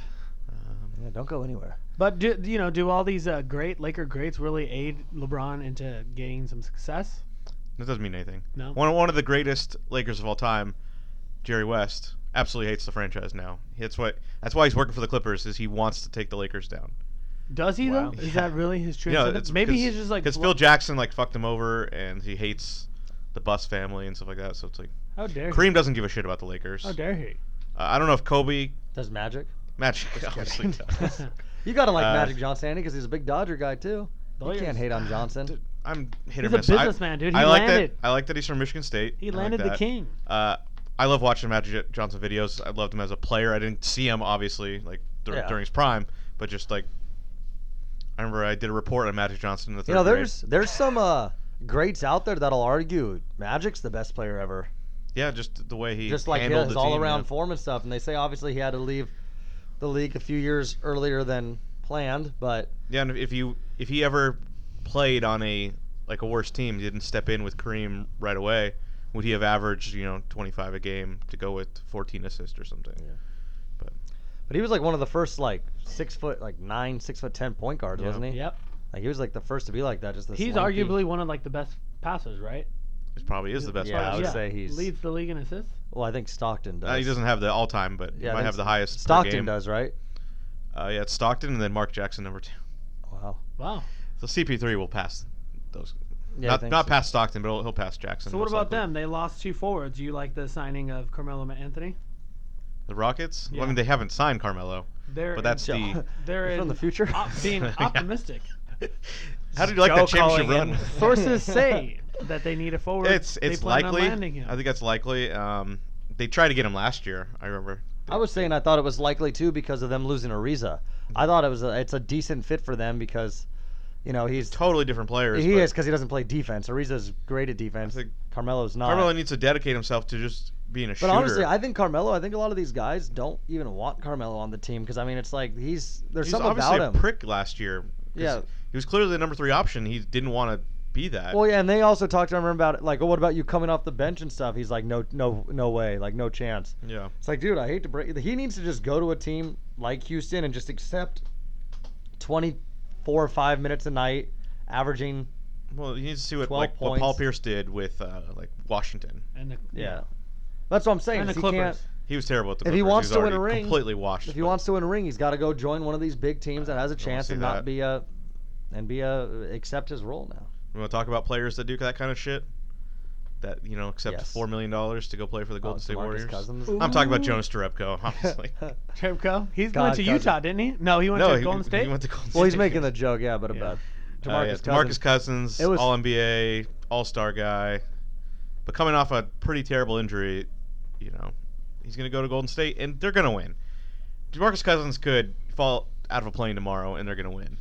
[SPEAKER 5] Um,
[SPEAKER 3] Yeah, don't go anywhere.
[SPEAKER 4] But do you know? Do all these uh, great Laker greats really aid LeBron into gaining some success?
[SPEAKER 5] That doesn't mean anything.
[SPEAKER 4] No.
[SPEAKER 5] One one of the greatest Lakers of all time, Jerry West, absolutely hates the franchise now. That's what that's why he's working for the Clippers is he wants to take the Lakers down.
[SPEAKER 4] Does he
[SPEAKER 2] Wow.
[SPEAKER 4] though? Is that really his true?
[SPEAKER 5] Yeah,
[SPEAKER 4] incentive?
[SPEAKER 5] it's
[SPEAKER 4] Maybe
[SPEAKER 5] because-
[SPEAKER 4] he's just like
[SPEAKER 5] because Phil Jackson like fucked him over and he hates the Bus family and stuff like that. So it's like
[SPEAKER 4] How dare he?
[SPEAKER 5] Kareem doesn't give a shit about the Lakers.
[SPEAKER 4] How dare he?
[SPEAKER 5] Uh, I don't know if Kobe
[SPEAKER 3] Does Magic?
[SPEAKER 5] Magic obviously does.
[SPEAKER 3] You gotta like
[SPEAKER 5] Uh, Ah,
[SPEAKER 3] Magic Johnson Andy, because he's a big Dodger guy too. You
[SPEAKER 4] Lawyers.
[SPEAKER 3] can't hate on Johnson.
[SPEAKER 5] Dude, I'm hit
[SPEAKER 4] He's
[SPEAKER 5] or
[SPEAKER 4] a
[SPEAKER 5] miss. I-
[SPEAKER 4] businessman, dude. He
[SPEAKER 5] I like
[SPEAKER 4] landed.
[SPEAKER 5] that. I like that he's from Michigan State.
[SPEAKER 4] He
[SPEAKER 5] I like
[SPEAKER 4] landed the
[SPEAKER 5] that.
[SPEAKER 4] king.
[SPEAKER 5] Uh, I love watching Magic Jo- Johnson videos. I loved him as a player. I didn't see him obviously like dur-
[SPEAKER 3] Yeah.
[SPEAKER 5] during his prime, but just like I remember I did a report on Magic Johnson in the third
[SPEAKER 3] You know,
[SPEAKER 5] grade.
[SPEAKER 3] there's there's some uh greats out there that'll argue Magic's the best player ever.
[SPEAKER 5] yeah, just the way he
[SPEAKER 3] Just like
[SPEAKER 5] handled
[SPEAKER 3] his
[SPEAKER 5] the team,
[SPEAKER 3] all around
[SPEAKER 5] yeah.
[SPEAKER 3] form and stuff. And they say obviously he had to leave the league a few years earlier than planned, but
[SPEAKER 5] Yeah, and if you if he ever played on a like a worse team, didn't step in with Kareem right away, would he have averaged you know 25 a game to go with 14 assists or something?
[SPEAKER 3] but he was like one of the first like six foot like nine, six foot ten point guards,
[SPEAKER 5] Yeah.
[SPEAKER 3] wasn't he?
[SPEAKER 4] Yep.
[SPEAKER 3] Like he was like the first to be like that. Just the
[SPEAKER 4] He's
[SPEAKER 3] slinky-
[SPEAKER 4] arguably one of like the best passers, right?
[SPEAKER 5] It probably is the best.
[SPEAKER 3] Yeah, I would
[SPEAKER 5] player.
[SPEAKER 3] say he's-
[SPEAKER 4] leads the league in assists.
[SPEAKER 3] Well, I think Stockton does.
[SPEAKER 5] Uh, he doesn't have the all time, but
[SPEAKER 3] Yeah, I
[SPEAKER 5] he might
[SPEAKER 3] think
[SPEAKER 5] have the highest. per
[SPEAKER 3] Stockton
[SPEAKER 5] game.
[SPEAKER 3] does, right?
[SPEAKER 5] Uh, yeah, it's Stockton and then Mark Jackson number two.
[SPEAKER 3] Wow.
[SPEAKER 4] Wow.
[SPEAKER 5] So CP3 will pass those.
[SPEAKER 3] Yeah, I
[SPEAKER 5] not
[SPEAKER 3] think
[SPEAKER 5] not
[SPEAKER 3] so.
[SPEAKER 5] pass Stockton, but he'll, he'll pass Jackson.
[SPEAKER 4] So what
[SPEAKER 5] most
[SPEAKER 4] about
[SPEAKER 5] likely.
[SPEAKER 4] them? They lost two forwards. You like the signing of Carmelo Anthony?
[SPEAKER 5] The Rockets? Well,
[SPEAKER 4] Yeah.
[SPEAKER 5] I mean, they haven't signed Carmelo.
[SPEAKER 4] They're
[SPEAKER 5] But that's the-
[SPEAKER 4] they're
[SPEAKER 3] You're
[SPEAKER 4] in
[SPEAKER 3] from the future?
[SPEAKER 4] op- being
[SPEAKER 5] Yeah.
[SPEAKER 4] optimistic.
[SPEAKER 5] How did you like
[SPEAKER 2] Joe
[SPEAKER 5] that championship
[SPEAKER 2] calling in.
[SPEAKER 5] run?
[SPEAKER 4] Sources say that they need a forward.
[SPEAKER 5] it's
[SPEAKER 4] They
[SPEAKER 5] it's
[SPEAKER 4] plan on
[SPEAKER 5] likely.
[SPEAKER 4] landing him.
[SPEAKER 5] I think that's likely. Um, they tried to get him last year. I remember.
[SPEAKER 3] I was saying I thought it was likely too because of them losing Ariza. I thought it was a, it's a decent fit for them because, you know, he's
[SPEAKER 5] totally different players.
[SPEAKER 3] he
[SPEAKER 5] but
[SPEAKER 3] is because he doesn't play defense. Ariza's great at defense.
[SPEAKER 5] think-
[SPEAKER 3] Carmelo's not.
[SPEAKER 5] Carmelo needs to dedicate himself to just being a
[SPEAKER 3] but
[SPEAKER 5] shooter.
[SPEAKER 3] honestly, I think Carmelo. I think a lot of these guys don't even want Carmelo on the team because I mean it's like he's there's
[SPEAKER 5] he's
[SPEAKER 3] something
[SPEAKER 5] obviously
[SPEAKER 3] about
[SPEAKER 5] a
[SPEAKER 3] him.
[SPEAKER 5] prick last year. 'cause
[SPEAKER 3] Yeah.
[SPEAKER 5] he was clearly the number three option. He didn't want to be that.
[SPEAKER 3] Well, yeah, and they also talked to him about it, like, oh, what about you coming off the bench and stuff? He's like, no, no, no way, like, no chance.
[SPEAKER 5] yeah.
[SPEAKER 3] It's like, dude, I hate to break. He needs to just go to a team like Houston and just accept 24 or 5 minutes a night, averaging.
[SPEAKER 5] Well, you need to see what
[SPEAKER 3] 12
[SPEAKER 5] like what Paul
[SPEAKER 3] points.
[SPEAKER 5] Pierce did with uh, like Washington.
[SPEAKER 4] and the,
[SPEAKER 3] That's what I'm saying.
[SPEAKER 4] And
[SPEAKER 3] is
[SPEAKER 4] the
[SPEAKER 3] he can't-
[SPEAKER 4] Clippers.
[SPEAKER 5] He was terrible at the
[SPEAKER 3] If
[SPEAKER 5] Clippers.
[SPEAKER 3] he wants
[SPEAKER 5] was
[SPEAKER 3] to win a
[SPEAKER 5] already
[SPEAKER 3] ring-
[SPEAKER 5] completely washed.
[SPEAKER 3] if he
[SPEAKER 5] but
[SPEAKER 3] wants to win a ring, he's got to go join one of these big teams that has a
[SPEAKER 5] don't
[SPEAKER 3] chance
[SPEAKER 5] see
[SPEAKER 3] and not
[SPEAKER 5] that.
[SPEAKER 3] be a and be a accept his role now.
[SPEAKER 5] we want to talk about players that do that kind of shit, that you know accept
[SPEAKER 3] Yes.
[SPEAKER 5] four million dollars to go play for the Golden
[SPEAKER 3] Oh,
[SPEAKER 5] State
[SPEAKER 3] DeMarcus
[SPEAKER 5] Warriors.
[SPEAKER 3] Cousins.
[SPEAKER 5] I'm talking about Jonas Jerebko, obviously.
[SPEAKER 4] Tremco. He's
[SPEAKER 3] God,
[SPEAKER 4] went to
[SPEAKER 3] Cousin.
[SPEAKER 4] Utah, didn't he? No, he went
[SPEAKER 5] no,
[SPEAKER 4] to
[SPEAKER 5] he,
[SPEAKER 4] Golden State.
[SPEAKER 5] he went to Golden
[SPEAKER 3] well, he's
[SPEAKER 5] State.
[SPEAKER 3] making the joke, yeah, but
[SPEAKER 5] Yeah. Uh,
[SPEAKER 3] about
[SPEAKER 5] yeah,
[SPEAKER 3] DeMarcus Cousins.
[SPEAKER 5] DeMarcus Cousins,
[SPEAKER 3] It was-
[SPEAKER 5] All NBA, All Star guy, but coming off a pretty terrible injury, you know, he's gonna go to Golden State and they're gonna win.
[SPEAKER 3] Mm,
[SPEAKER 5] DeMarcus Cousins could fall out of a plane tomorrow and they're gonna win.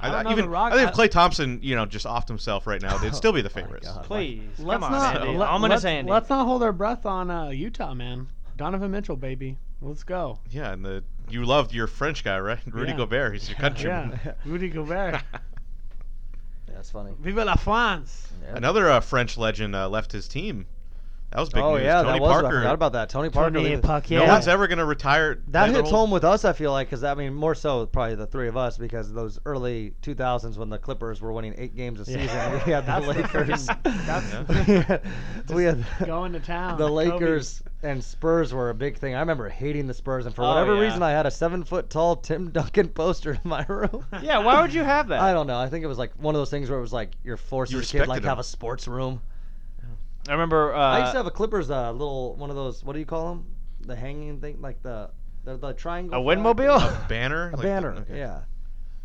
[SPEAKER 5] I,
[SPEAKER 4] don't
[SPEAKER 5] I
[SPEAKER 4] know
[SPEAKER 5] even
[SPEAKER 4] The Rock-
[SPEAKER 5] I think
[SPEAKER 4] I-
[SPEAKER 5] if Clay Thompson, you know, just offed himself right now, they'd still be the
[SPEAKER 3] Oh my
[SPEAKER 5] favorites.
[SPEAKER 3] God.
[SPEAKER 2] Please,
[SPEAKER 4] Let's
[SPEAKER 2] come on,
[SPEAKER 4] not.
[SPEAKER 2] Andy.
[SPEAKER 4] let-
[SPEAKER 2] I'm gonna
[SPEAKER 4] let's,
[SPEAKER 2] say Andy.
[SPEAKER 4] let's not hold our breath on uh, Utah, man. Donovan Mitchell, baby. Let's go.
[SPEAKER 5] Yeah, and the you loved your French guy, right? Rudy
[SPEAKER 4] Yeah.
[SPEAKER 5] Gobert, he's your countryman.
[SPEAKER 4] Yeah, Rudy Gobert.
[SPEAKER 3] Yeah, that's funny.
[SPEAKER 4] Vive la France.
[SPEAKER 3] Yeah.
[SPEAKER 5] Another uh, French legend uh, left his team. That was big
[SPEAKER 3] oh
[SPEAKER 5] news.
[SPEAKER 3] yeah,
[SPEAKER 5] Tony
[SPEAKER 3] that was. I
[SPEAKER 5] Parker.
[SPEAKER 3] forgot about that. Tony Parker.
[SPEAKER 4] Tony
[SPEAKER 3] leaving.
[SPEAKER 4] Puck,
[SPEAKER 5] No
[SPEAKER 4] yeah.
[SPEAKER 5] one's ever going to retire.
[SPEAKER 3] That
[SPEAKER 5] play the
[SPEAKER 3] hits
[SPEAKER 5] whole-
[SPEAKER 3] home with us, I feel like, because I mean, more so probably the three of us, because those early 2000s when the Clippers were winning eight games a
[SPEAKER 4] Yeah.
[SPEAKER 3] season, we had the
[SPEAKER 4] That's the
[SPEAKER 3] Lakers.
[SPEAKER 4] freaking-
[SPEAKER 5] that's-
[SPEAKER 3] we had, we had
[SPEAKER 4] Going to town.
[SPEAKER 3] the
[SPEAKER 4] Kobe.
[SPEAKER 3] Lakers and Spurs were a big thing. I remember hating the Spurs, and for
[SPEAKER 2] Oh,
[SPEAKER 3] whatever
[SPEAKER 2] yeah.
[SPEAKER 3] reason, I had a seven foot tall Tim Duncan poster in my room.
[SPEAKER 2] yeah, why would you have that?
[SPEAKER 3] I don't know. I think it was like one of those things where it was like you're forced
[SPEAKER 5] You
[SPEAKER 3] as a kid, like
[SPEAKER 5] respected
[SPEAKER 3] to have
[SPEAKER 5] him.
[SPEAKER 3] a sports room.
[SPEAKER 2] I remember. Uh,
[SPEAKER 3] I used to have a Clippers uh, little one of those. What do you call them? The hanging thing, like the the, the triangle.
[SPEAKER 2] A
[SPEAKER 3] flag thing.
[SPEAKER 2] windmobile?
[SPEAKER 5] A banner.
[SPEAKER 3] A
[SPEAKER 5] Like the-
[SPEAKER 3] banner,
[SPEAKER 5] okay.
[SPEAKER 3] yeah.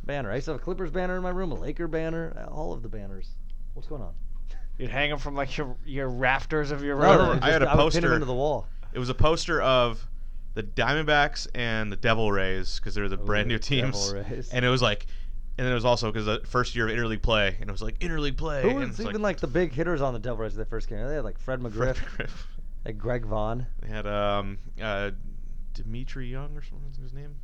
[SPEAKER 3] Banner. I used to have a Clippers banner in my room, a Laker banner, uh, all of the banners. What's going on?
[SPEAKER 2] You'd hang them from like your your rafters of your
[SPEAKER 5] No,
[SPEAKER 2] room.
[SPEAKER 5] no,
[SPEAKER 3] they're
[SPEAKER 5] I had a
[SPEAKER 3] would pin them
[SPEAKER 5] poster.
[SPEAKER 3] into the wall.
[SPEAKER 5] It was a poster of the Diamondbacks and the Devil Rays because they're the brand
[SPEAKER 3] Ooh,
[SPEAKER 5] new teams.
[SPEAKER 3] Devil Rays.
[SPEAKER 5] And it was like, and then it was also because the first year of interleague play, and it was like interleague play.
[SPEAKER 3] Who
[SPEAKER 5] and
[SPEAKER 3] was
[SPEAKER 5] it's
[SPEAKER 3] even like, the big hitters on the Devil Rays when they first came? They had like Fred McGriff,
[SPEAKER 5] Fred McGriff.
[SPEAKER 3] like Greg Vaughn,
[SPEAKER 5] They had um, uh, Dimitri Young or something. was his name.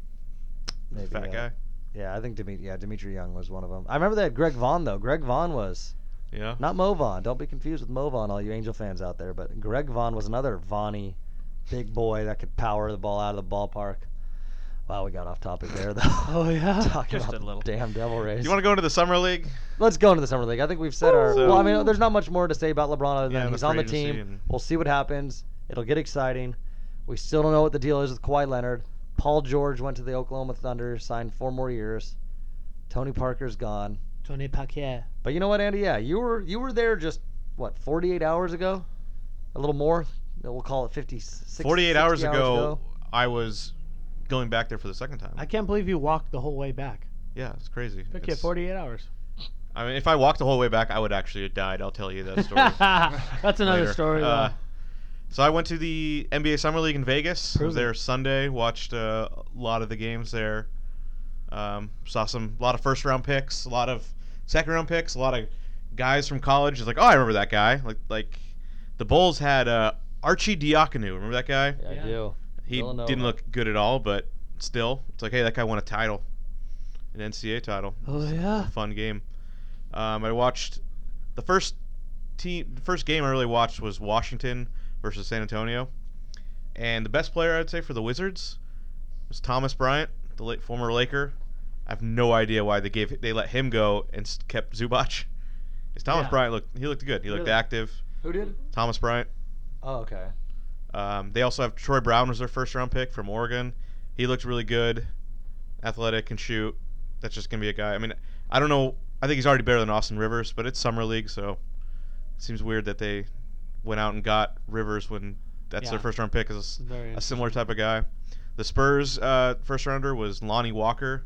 [SPEAKER 5] The
[SPEAKER 3] maybe.
[SPEAKER 5] fat
[SPEAKER 3] yeah.
[SPEAKER 5] guy.
[SPEAKER 3] Yeah, I think Dimitri. Yeah, Dimitri Young was one of them. I remember they had Greg Vaughn though. Greg Vaughn was
[SPEAKER 5] Yeah.
[SPEAKER 3] not Mo Vaughn. Don't be confused with Mo Vaughn, all you Angel fans out there. But Greg Vaughn was another Vonnie, big boy that could power the ball out of the ballpark. Wow, we got off topic there though.
[SPEAKER 4] Oh, yeah.
[SPEAKER 3] Talking
[SPEAKER 2] Just
[SPEAKER 3] about
[SPEAKER 2] a little.
[SPEAKER 3] damn Devil Rays.
[SPEAKER 5] Do you want to go into the summer league?
[SPEAKER 3] Let's go into the summer league. I think we've said our.
[SPEAKER 5] So-
[SPEAKER 3] well, I mean, there's not much more to say about LeBron other
[SPEAKER 5] Yeah,
[SPEAKER 3] than
[SPEAKER 5] the
[SPEAKER 3] Oh, he's on the
[SPEAKER 5] free
[SPEAKER 3] team.
[SPEAKER 5] agency and-
[SPEAKER 3] We'll see what happens. It'll get exciting. We still don't know what the deal is with Kawhi Leonard. Paul George went to the Oklahoma Thunder, signed four more years. Tony Parker's gone.
[SPEAKER 4] Tony Parker.
[SPEAKER 3] But you know what, Andy? Yeah, you were you were there just what 48 hours ago, a little more. We'll call it 50. 60,
[SPEAKER 5] 48 hours
[SPEAKER 3] 60
[SPEAKER 5] ago, I was going back there for the second time.
[SPEAKER 4] I can't believe you walked the whole way back.
[SPEAKER 5] yeah, it's crazy.
[SPEAKER 4] Took you
[SPEAKER 5] It's-
[SPEAKER 4] 48 hours.
[SPEAKER 5] I mean, if I walked the whole way back, I would actually have died. I'll tell you that story.
[SPEAKER 4] That's another
[SPEAKER 5] later.
[SPEAKER 4] story. though.
[SPEAKER 5] Uh, so I went to the NBA Summer League in Vegas.
[SPEAKER 4] Prove
[SPEAKER 5] was
[SPEAKER 4] it.
[SPEAKER 5] there Sunday. Watched uh, a lot of the games there. Um, saw some a lot of first round picks, a lot of second round picks, a lot of guys from college. It's like, oh, I remember that guy. Like like the Bulls had uh, Archie Diakonu. Remember that guy?
[SPEAKER 3] Yeah,
[SPEAKER 4] Yeah.
[SPEAKER 3] I do.
[SPEAKER 5] He
[SPEAKER 3] Villanova.
[SPEAKER 5] didn't look good at all, but still, it's like, hey, that guy won a title, an NCAA title.
[SPEAKER 4] oh,
[SPEAKER 5] A
[SPEAKER 4] yeah.
[SPEAKER 5] fun game. Um, I watched the first team. The first game I really watched was Washington versus San Antonio, and the best player I'd say for the Wizards was Thomas Bryant, the late former Laker. I have no idea why they gave they let him go and s- kept Zubac. 'Cause Thomas
[SPEAKER 4] Yeah.
[SPEAKER 5] Bryant looked he looked good. He looked
[SPEAKER 4] Really?
[SPEAKER 5] active.
[SPEAKER 3] Who did?
[SPEAKER 5] Thomas Bryant.
[SPEAKER 3] Oh, okay.
[SPEAKER 5] Um, they also have Troy Brown was their first round pick from Oregon. He looked really good, athletic, can shoot. That's just gonna be a guy. I mean, I don't know. I think he's already better than Austin Rivers, but it's summer league, so it seems weird that they went out and got Rivers when that's their
[SPEAKER 4] Yeah.
[SPEAKER 5] first round pick is
[SPEAKER 4] Very
[SPEAKER 5] a
[SPEAKER 4] interesting.
[SPEAKER 5] similar type of guy. The Spurs uh, first rounder was Lonnie Walker.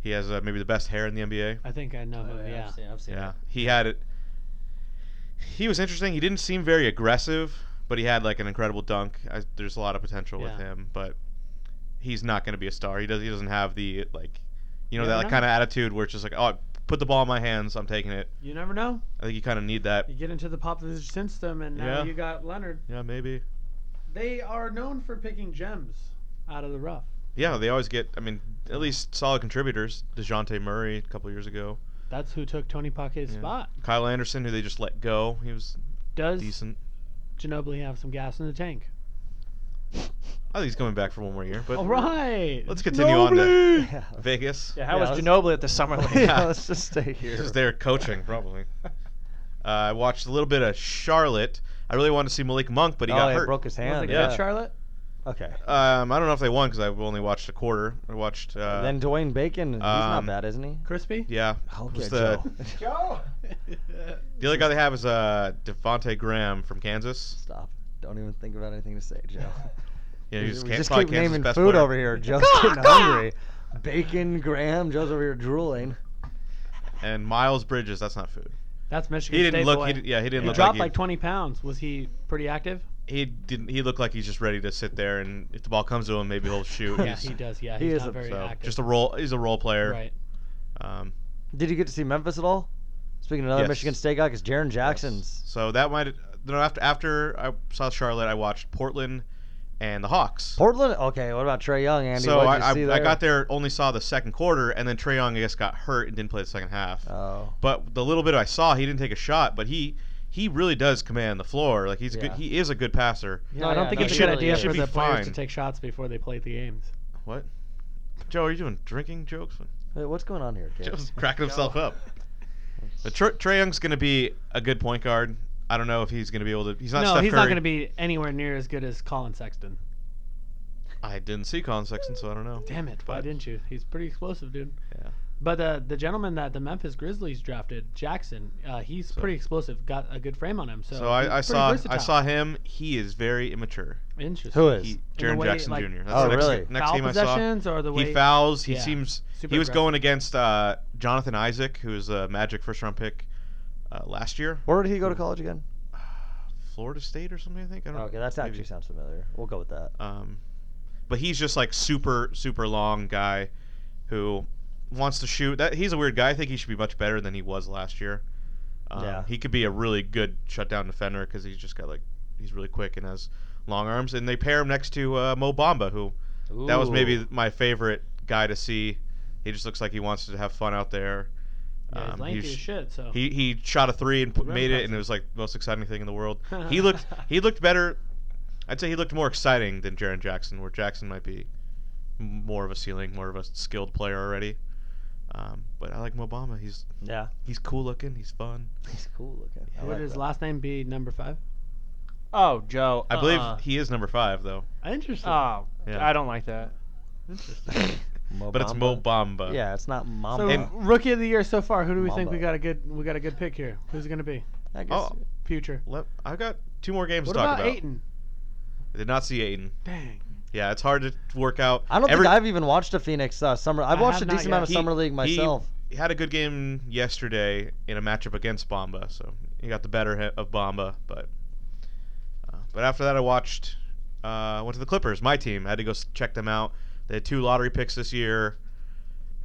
[SPEAKER 5] He has uh, maybe the best hair in the NBA.
[SPEAKER 4] I think I know
[SPEAKER 2] Oh,
[SPEAKER 4] who.
[SPEAKER 3] Oh, yeah,
[SPEAKER 4] yeah.
[SPEAKER 3] I've seen, I've seen
[SPEAKER 5] Yeah,
[SPEAKER 3] it.
[SPEAKER 5] he had it. He was interesting. He didn't seem very aggressive, but he had like an incredible dunk. I, there's a lot of potential
[SPEAKER 4] Yeah.
[SPEAKER 5] with him, but he's not going to be a star. He does. He doesn't have the like, you know, that
[SPEAKER 4] You never
[SPEAKER 5] like
[SPEAKER 4] know.
[SPEAKER 5] kind of attitude where it's just like, oh, put the ball in my hands, I'm taking it.
[SPEAKER 4] You never know.
[SPEAKER 5] I think you kind of need that.
[SPEAKER 4] You get into the pop Vision system, and now
[SPEAKER 5] Yeah.
[SPEAKER 4] you got Leonard.
[SPEAKER 5] Yeah, maybe.
[SPEAKER 4] They are known for picking gems out of the rough.
[SPEAKER 5] Yeah, they always get. I mean, at least solid contributors. Dejounte Murray a couple years ago.
[SPEAKER 4] That's who took Tony Paquette's
[SPEAKER 5] Yeah.
[SPEAKER 4] spot.
[SPEAKER 5] Kyle Anderson, who they just let go, he was
[SPEAKER 4] Does
[SPEAKER 5] decent.
[SPEAKER 4] Ginobili have some gas in the tank?
[SPEAKER 5] I think he's coming back for one more year. But
[SPEAKER 4] All right.
[SPEAKER 5] let's continue on to
[SPEAKER 3] Yeah.
[SPEAKER 5] Vegas.
[SPEAKER 2] yeah, how
[SPEAKER 3] Yeah,
[SPEAKER 2] was
[SPEAKER 3] let's-
[SPEAKER 2] Ginobili at the summer league?
[SPEAKER 5] Yeah.
[SPEAKER 3] Let's just stay here.
[SPEAKER 5] This is their coaching, probably. Uh, I watched a little bit of Charlotte. I really wanted to see Malik Monk, but he
[SPEAKER 3] oh,
[SPEAKER 5] got
[SPEAKER 3] yeah,
[SPEAKER 5] hurt.
[SPEAKER 3] broke his
[SPEAKER 4] Was
[SPEAKER 3] hand.
[SPEAKER 4] it
[SPEAKER 5] Yeah.
[SPEAKER 4] good, Charlotte?
[SPEAKER 3] Okay.
[SPEAKER 5] um, I don't know if they won because I only watched a quarter. I watched. Uh,
[SPEAKER 3] then Dwayne Bacon, he's not
[SPEAKER 5] um,
[SPEAKER 3] bad, isn't he?
[SPEAKER 4] Crispy?
[SPEAKER 5] yeah.
[SPEAKER 3] Okay,
[SPEAKER 5] Who's the,
[SPEAKER 3] Joe.
[SPEAKER 5] the other guy they have is uh, Devonte Graham from Kansas.
[SPEAKER 3] Stop. Don't even think about anything to say, Joe.
[SPEAKER 5] Yeah, he
[SPEAKER 3] we
[SPEAKER 5] was
[SPEAKER 3] we
[SPEAKER 5] Can-
[SPEAKER 3] just
[SPEAKER 5] probably
[SPEAKER 3] keep
[SPEAKER 5] Kansas'
[SPEAKER 3] naming
[SPEAKER 5] best
[SPEAKER 3] food
[SPEAKER 5] player.
[SPEAKER 3] over here. Joe's getting hungry. Bacon, Graham. Joe's over here drooling.
[SPEAKER 5] And Miles Bridges, that's not food.
[SPEAKER 4] That's Michigan
[SPEAKER 5] He didn't
[SPEAKER 4] State
[SPEAKER 5] look.
[SPEAKER 4] boy.
[SPEAKER 5] He, did- yeah, he didn't
[SPEAKER 4] He
[SPEAKER 5] look
[SPEAKER 4] dropped
[SPEAKER 5] like,
[SPEAKER 4] like 20 pounds. Was he pretty active?
[SPEAKER 5] he, he didn't. He looked like he's just ready to sit there, and if the ball comes to him, maybe he'll shoot.
[SPEAKER 4] Yeah,
[SPEAKER 5] He's-
[SPEAKER 4] he does. Yeah,
[SPEAKER 3] He
[SPEAKER 4] he's
[SPEAKER 3] is
[SPEAKER 4] not
[SPEAKER 3] a-
[SPEAKER 4] very
[SPEAKER 5] So
[SPEAKER 4] active.
[SPEAKER 5] just a role. He's a role player.
[SPEAKER 4] right.
[SPEAKER 5] Um,
[SPEAKER 3] Did you get to see Memphis at all? Speaking of another
[SPEAKER 5] Yes.
[SPEAKER 3] Michigan State guy, because Jaron Jackson's.
[SPEAKER 5] So that might no after after I saw Charlotte, I watched Portland and the Hawks.
[SPEAKER 3] Portland? Okay, what about Trey Young, Andy?
[SPEAKER 5] so
[SPEAKER 3] What'd you
[SPEAKER 5] I,
[SPEAKER 3] see
[SPEAKER 5] I, I
[SPEAKER 3] there?
[SPEAKER 5] got there, only saw the second quarter, and then Trey Young I guess got hurt and didn't play the second half.
[SPEAKER 3] Oh.
[SPEAKER 5] But the little bit I saw, he didn't take a shot, but he he really does command the floor. Like he's a good,
[SPEAKER 3] Yeah.
[SPEAKER 5] he is a good passer.
[SPEAKER 4] No, I don't
[SPEAKER 3] yeah,
[SPEAKER 4] think
[SPEAKER 3] no,
[SPEAKER 4] it's a
[SPEAKER 5] he
[SPEAKER 4] good
[SPEAKER 5] should-
[SPEAKER 4] idea
[SPEAKER 5] he should
[SPEAKER 4] for
[SPEAKER 5] be
[SPEAKER 4] the players to
[SPEAKER 5] fine.
[SPEAKER 4] take shots before they play the games.
[SPEAKER 5] What? Joe, are you doing drinking jokes?
[SPEAKER 3] Wait, what's going on here, kid?
[SPEAKER 5] Joe's cracking himself up. But Tr- Trey Young's going to be a good point guard. I don't know if he's going to be able to. He's not.
[SPEAKER 4] no,
[SPEAKER 5] Steph
[SPEAKER 4] he's not
[SPEAKER 5] Curry.
[SPEAKER 4] going to be anywhere near as good as Colin Sexton.
[SPEAKER 5] I didn't see Colin Sexton, so I don't know.
[SPEAKER 4] Damn it! Why
[SPEAKER 5] But-
[SPEAKER 4] didn't you? He's pretty explosive, dude.
[SPEAKER 5] Yeah.
[SPEAKER 4] But uh, the gentleman that the Memphis Grizzlies drafted, Jackson, uh, he's pretty explosive. Got a good frame on him. So,
[SPEAKER 5] So I, I
[SPEAKER 4] he's pretty
[SPEAKER 5] saw
[SPEAKER 4] versatile.
[SPEAKER 5] I saw him. He is very immature.
[SPEAKER 4] Interesting.
[SPEAKER 3] Who is?
[SPEAKER 5] He,
[SPEAKER 4] the
[SPEAKER 5] Jaron
[SPEAKER 4] way,
[SPEAKER 5] Jackson
[SPEAKER 4] like,
[SPEAKER 5] Jr. That's
[SPEAKER 3] Oh,
[SPEAKER 5] the next,
[SPEAKER 3] really?
[SPEAKER 5] Next
[SPEAKER 4] foul
[SPEAKER 5] game I saw.
[SPEAKER 4] possessions or the way
[SPEAKER 5] He fouls. He
[SPEAKER 4] yeah.
[SPEAKER 5] seems.
[SPEAKER 4] Super
[SPEAKER 5] he was
[SPEAKER 4] aggressive.
[SPEAKER 5] going against uh, Jonathan Isaac, who was a Magic first round pick uh, last year,
[SPEAKER 3] Where did he go to college again?
[SPEAKER 5] Florida State or something. I think. I don't
[SPEAKER 3] Okay, that actually
[SPEAKER 5] maybe.
[SPEAKER 3] sounds familiar. We'll go with that.
[SPEAKER 5] Um, but he's just like super super long guy, who wants to shoot. That he's a weird guy. I think he should be much better than he was last year. Um,
[SPEAKER 3] Yeah.
[SPEAKER 5] He could be a really good shutdown defender because he's just got like he's really quick and has long arms. And they pair him next to uh, Mo Bamba, who that was maybe my favorite guy to see. He just looks like he wants to have fun out there.
[SPEAKER 4] Yeah, he's
[SPEAKER 5] Um,
[SPEAKER 4] lanky
[SPEAKER 5] he's-
[SPEAKER 4] as shit. So
[SPEAKER 5] He he shot a three and put,
[SPEAKER 4] Rim
[SPEAKER 5] made it, and
[SPEAKER 4] cutter.
[SPEAKER 5] it was like the most exciting thing in the world. He looked he looked better. I'd say he looked more exciting than Jaron Jackson, where Jackson might be m- more of a ceiling, more of a skilled player already. Um, but I like Mobama. He's
[SPEAKER 3] Yeah,
[SPEAKER 5] he's cool looking. He's fun.
[SPEAKER 3] he's cool looking. I
[SPEAKER 4] would
[SPEAKER 3] like
[SPEAKER 4] his
[SPEAKER 3] that.
[SPEAKER 4] last name be number five?
[SPEAKER 2] Oh, Joe.
[SPEAKER 5] I believe
[SPEAKER 2] uh-uh.
[SPEAKER 5] he is number five though.
[SPEAKER 4] Interesting.
[SPEAKER 2] Oh,
[SPEAKER 5] Yeah.
[SPEAKER 2] I don't like that.
[SPEAKER 3] Mo
[SPEAKER 5] But it's
[SPEAKER 3] Bamba?
[SPEAKER 5] Mobamba.
[SPEAKER 3] Yeah, it's not
[SPEAKER 4] so
[SPEAKER 3] Mamba.
[SPEAKER 4] rookie of the year so far. Who do we think we
[SPEAKER 3] Mamba.
[SPEAKER 4] got a good we got a good pick here? Who's it going to be?
[SPEAKER 3] I guess.
[SPEAKER 5] Oh,
[SPEAKER 4] Future.
[SPEAKER 5] let, I've got two more games
[SPEAKER 4] What
[SPEAKER 5] to talk
[SPEAKER 4] about
[SPEAKER 5] about.
[SPEAKER 4] Aiton?
[SPEAKER 5] I did not see Aiden.
[SPEAKER 4] Dang.
[SPEAKER 5] Yeah, it's hard to work out.
[SPEAKER 3] I don't
[SPEAKER 5] Every-
[SPEAKER 3] think I've even watched a Phoenix uh, summer. I've
[SPEAKER 4] I
[SPEAKER 3] watched
[SPEAKER 4] have
[SPEAKER 3] a
[SPEAKER 4] not
[SPEAKER 3] decent
[SPEAKER 4] yet.
[SPEAKER 3] amount of
[SPEAKER 5] He-
[SPEAKER 3] summer league
[SPEAKER 5] he-
[SPEAKER 3] myself.
[SPEAKER 5] He had a good game yesterday in a matchup against Bamba, so he got the better he- of Bamba. But uh, but after that, I watched. Uh, went to the Clippers. My team I had to go s- check them out. They had two lottery picks this year.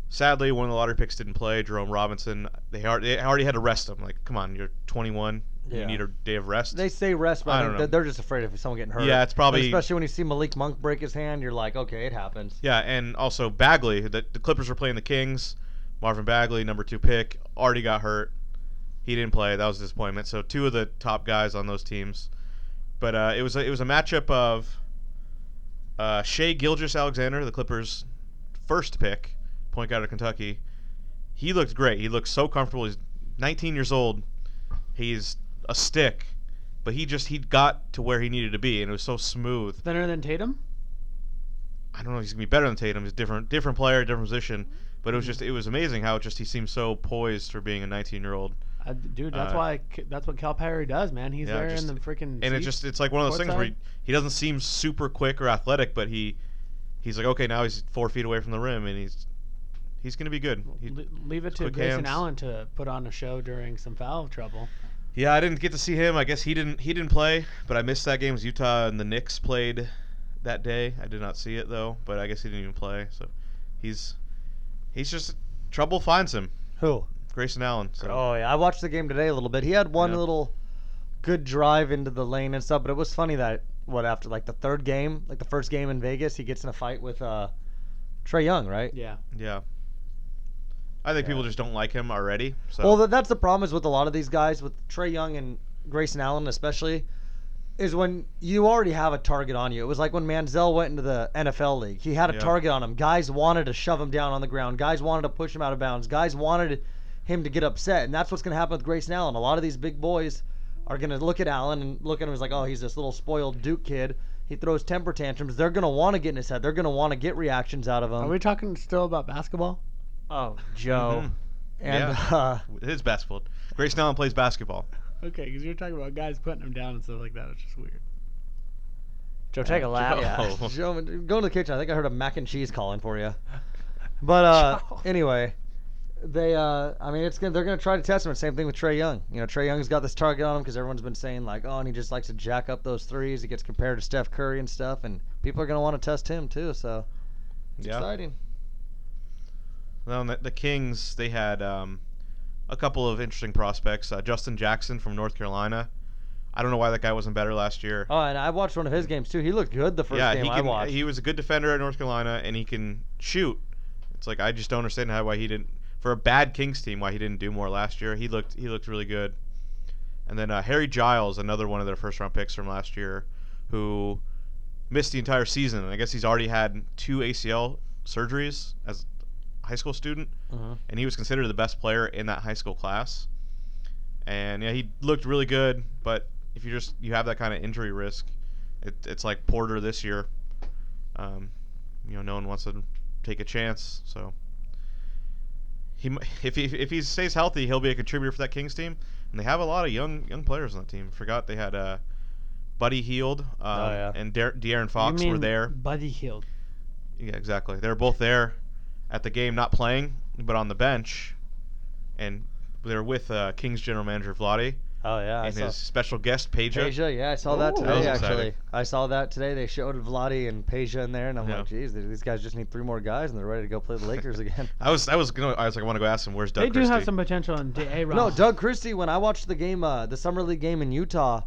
[SPEAKER 5] Sadly, one of the lottery picks didn't play. Jerome Robinson. They already, they already had to rest him. Like, come on, you're 21.
[SPEAKER 3] Yeah.
[SPEAKER 5] You need a day of rest.
[SPEAKER 3] They say rest, but
[SPEAKER 5] I
[SPEAKER 3] I
[SPEAKER 5] don't
[SPEAKER 3] think
[SPEAKER 5] know.
[SPEAKER 3] that they're just afraid of someone getting hurt.
[SPEAKER 5] Yeah, it's
[SPEAKER 3] But
[SPEAKER 5] probably-
[SPEAKER 3] especially when you see Malik Monk break his hand, you're like, okay, it happens.
[SPEAKER 5] Yeah, and also Bagley. The, the Clippers were playing the Kings. Marvin Bagley, number two pick, already got hurt. He didn't play. That was a disappointment. So two of the top guys on those teams. But uh, it was a, it was a matchup of uh, Shea Gilgis Alexander, the Clippers' first pick, point guard of Kentucky. He looked great. He looked so comfortable. He's 19 years old. He's a stick, but he just he got to where he needed to be, and it was so smooth.
[SPEAKER 4] Thinner than Tatum?
[SPEAKER 5] I don't know if he's gonna be better than Tatum. He's a different, different player, different position. But it was just, it was amazing how just he seemed so poised for being a 19 year old.
[SPEAKER 4] I, dude, that's
[SPEAKER 5] Uh,
[SPEAKER 4] why that's what Calipari does, man. He's
[SPEAKER 5] yeah,
[SPEAKER 4] there
[SPEAKER 5] just-
[SPEAKER 4] in the freaking.
[SPEAKER 5] And it
[SPEAKER 4] seats.
[SPEAKER 5] just, it's like one of those things where he,
[SPEAKER 4] Courtside?
[SPEAKER 5] he doesn't seem super quick or athletic, but he, he's like, okay, now he's four feet away from the rim, and he's, he's gonna be good. He-
[SPEAKER 4] Le- leave it to
[SPEAKER 5] quick
[SPEAKER 4] Grayson
[SPEAKER 5] hands.
[SPEAKER 4] Allen to put on a show during some foul trouble.
[SPEAKER 5] yeah, I didn't get to see him. I guess he didn't, he didn't play, but I missed that game. It was Utah and the Knicks played that day. I did not see it though, but I guess he didn't even play. So, he's, he's just trouble finds him.
[SPEAKER 3] Who?
[SPEAKER 5] Grayson Allen. So.
[SPEAKER 3] Oh yeah, I watched the game today a little bit. He had one
[SPEAKER 5] Yeah.
[SPEAKER 3] little good drive into the lane and stuff, but it was funny that what after like the third game, like the first game in Vegas, he gets in a fight with uh Trey Young, right?
[SPEAKER 4] Yeah.
[SPEAKER 5] Yeah. I think
[SPEAKER 3] Yeah.
[SPEAKER 5] people just don't like him already. So
[SPEAKER 3] Well, th- that's the problem is with a lot of these guys, with Trey Young and Grayson Allen especially, is when you already have a target on you. It was like when Manziel went into the NFL league; he had a
[SPEAKER 5] Yeah.
[SPEAKER 3] target on him. Guys wanted to shove him down on the ground. Guys wanted to push him out of bounds. Guys wanted him to get upset, and that's what's going to happen with Grayson Allen. A lot of these big boys are going to look at Allen and look at him as like, oh, he's this little spoiled Duke kid. He throws temper tantrums. They're going to want to get in his head. They're going to want to get reactions out of him.
[SPEAKER 4] Are we talking still about basketball?
[SPEAKER 2] Oh, Joe.
[SPEAKER 5] Mhm.
[SPEAKER 3] and
[SPEAKER 5] yeah.
[SPEAKER 3] uh,
[SPEAKER 5] it is basketball. Grace Allen plays basketball.
[SPEAKER 4] Okay, because you're talking about guys putting him down and stuff like that. It's just weird.
[SPEAKER 5] Uh,
[SPEAKER 2] Joe, take a lap.
[SPEAKER 5] Yeah. Oh.
[SPEAKER 3] Joe, go to the kitchen. I think I heard a mac and cheese calling for you. But uh,
[SPEAKER 4] Joe.
[SPEAKER 3] anyway, they uh, I mean, it's gonna, they're gonna try to test him. Same thing with Trey Young. You know, Trey Young's got this target on him because everyone's been saying like, oh, and he just likes to jack up those threes. He gets compared to Steph Curry and stuff, and people are gonna want to test him too. So it's
[SPEAKER 5] Yeah.
[SPEAKER 3] exciting.
[SPEAKER 5] Then the, the Kings, they had um, a couple of interesting prospects. Uh, Justin Jackson from North Carolina. I don't know why that guy wasn't better last year.
[SPEAKER 3] Oh, and I watched one of his games too. He looked good the first
[SPEAKER 5] yeah,
[SPEAKER 3] game
[SPEAKER 5] he
[SPEAKER 3] I
[SPEAKER 5] can.
[SPEAKER 3] watched.
[SPEAKER 5] He was a good defender at North Carolina, and he can shoot. It's like I just don't understand how why he didn't for a bad Kings team why he didn't do more last year. He looked he looked really good. And then uh, Harry Giles, another one of their first round picks from last year, who missed the entire season. And I guess he's already had two ACL surgeries as a high school student,
[SPEAKER 3] Mhm.
[SPEAKER 5] and he was considered the best player in that high school class. And yeah, he looked really good, but if you just you have that kind of injury risk, it, it's like Porter this year. Um, you know, no one wants to take a chance. So he, mi- if he if he stays healthy, he'll be a contributor for that Kings team. And they have a lot of young young players on that team. Forgot they had uh, Buddy Heald um,
[SPEAKER 3] yeah.
[SPEAKER 5] and Dar- De'Aaron Fox
[SPEAKER 4] Oh, You
[SPEAKER 5] were
[SPEAKER 4] mean
[SPEAKER 5] there.
[SPEAKER 4] Buddy Hield.
[SPEAKER 5] Yeah, exactly. They were both there at the game, not playing, but on the bench, and they were with uh, Kings general manager Vlade
[SPEAKER 3] oh yeah, I
[SPEAKER 5] and
[SPEAKER 3] saw
[SPEAKER 5] his special guest Peja.
[SPEAKER 3] Peja. Yeah, I saw that
[SPEAKER 5] Ooh.
[SPEAKER 3] today.
[SPEAKER 5] That was
[SPEAKER 3] actually,
[SPEAKER 5] exciting.
[SPEAKER 3] I saw that today. They showed Vladi and Peja in there, and I'm
[SPEAKER 5] Yeah.
[SPEAKER 3] like, geez, these guys just need three more guys, and they're ready to go play the Lakers again.
[SPEAKER 5] I was I was gonna I was like I want to go ask him where's Doug
[SPEAKER 4] they do have
[SPEAKER 5] Christie?"
[SPEAKER 4] some potential in A. Rob.
[SPEAKER 3] No, Doug Christie. When I watched the game, uh, the summer league game in Utah,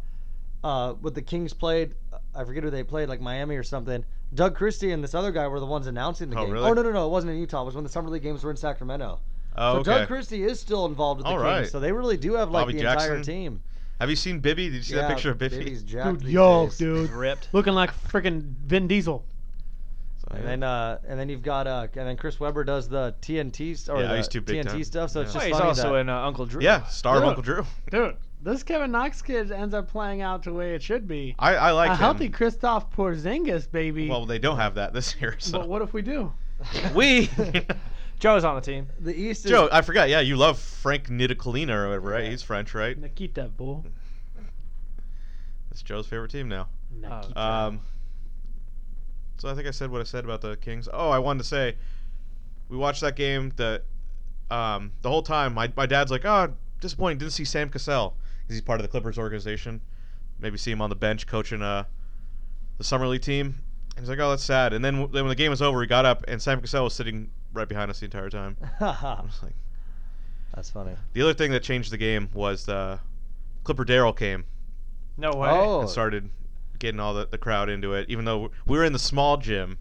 [SPEAKER 3] uh, what the Kings played, I forget who they played, like Miami or something. Doug Christie and this other guy were the ones announcing the
[SPEAKER 5] Oh,
[SPEAKER 3] game.
[SPEAKER 5] really?
[SPEAKER 3] Oh no, no, no, it wasn't in Utah. It was when the summer league games were in Sacramento.
[SPEAKER 5] Oh,
[SPEAKER 3] so
[SPEAKER 5] okay.
[SPEAKER 3] Doug Christie is still involved with the
[SPEAKER 5] All
[SPEAKER 3] Kings,
[SPEAKER 5] right.
[SPEAKER 3] so they really do have like
[SPEAKER 5] Bobby
[SPEAKER 3] the entire
[SPEAKER 5] Jackson.
[SPEAKER 3] team.
[SPEAKER 5] Have you seen Bibby? Did you see
[SPEAKER 3] yeah,
[SPEAKER 5] that picture of Bibby?
[SPEAKER 3] Bibby's jacked
[SPEAKER 4] dude,
[SPEAKER 3] these
[SPEAKER 4] yo,
[SPEAKER 3] days.
[SPEAKER 4] dude,
[SPEAKER 2] Ripped.
[SPEAKER 4] looking like freaking Vin Diesel.
[SPEAKER 5] So,
[SPEAKER 3] And
[SPEAKER 5] yeah.
[SPEAKER 3] then, uh, and then you've got, uh, and then Chris Webber does the TNT st- or
[SPEAKER 5] Yeah,
[SPEAKER 3] the
[SPEAKER 5] he's too big
[SPEAKER 3] TNT
[SPEAKER 5] time.
[SPEAKER 3] stuff. So it's
[SPEAKER 5] Yeah.
[SPEAKER 3] just
[SPEAKER 2] he's
[SPEAKER 3] funny
[SPEAKER 2] also
[SPEAKER 3] that,
[SPEAKER 2] in uh, Uncle Drew.
[SPEAKER 5] yeah, star of
[SPEAKER 4] Dude.
[SPEAKER 5] Uncle Drew.
[SPEAKER 4] Dude, this Kevin Knox kid ends up playing out the way it should be.
[SPEAKER 5] I, I like
[SPEAKER 4] a
[SPEAKER 5] him.
[SPEAKER 4] healthy Christoph Porzingis, baby.
[SPEAKER 5] Well, they don't have that this year. So
[SPEAKER 4] but what if we do?
[SPEAKER 5] we
[SPEAKER 2] Joe's on the team.
[SPEAKER 3] the East. Is,
[SPEAKER 5] Joe, I forgot. Yeah, you love Frank Nidicolina or whatever, right? He's French, right?
[SPEAKER 4] Nikita, bull.
[SPEAKER 5] It's Joe's favorite team now.
[SPEAKER 4] Nikita.
[SPEAKER 5] Um, so I think I said what I said about the Kings. Oh, I wanted to say, we watched that game. The um, the whole time, my, my dad's like, oh, disappointing. Didn't see Sam Cassell because he's part of the Clippers organization. Maybe see him on the bench coaching uh, the summer league team. And he's like, oh, that's sad. And then, w- then when the game was over, we got up and Sam Cassell was sitting right behind us the entire time. I was like,
[SPEAKER 3] That's funny.
[SPEAKER 5] the other thing that changed the game was the Clipper Daryl came
[SPEAKER 2] No way.
[SPEAKER 3] Oh,
[SPEAKER 5] and started getting all the, the crowd into it. Even though we were in the small gym,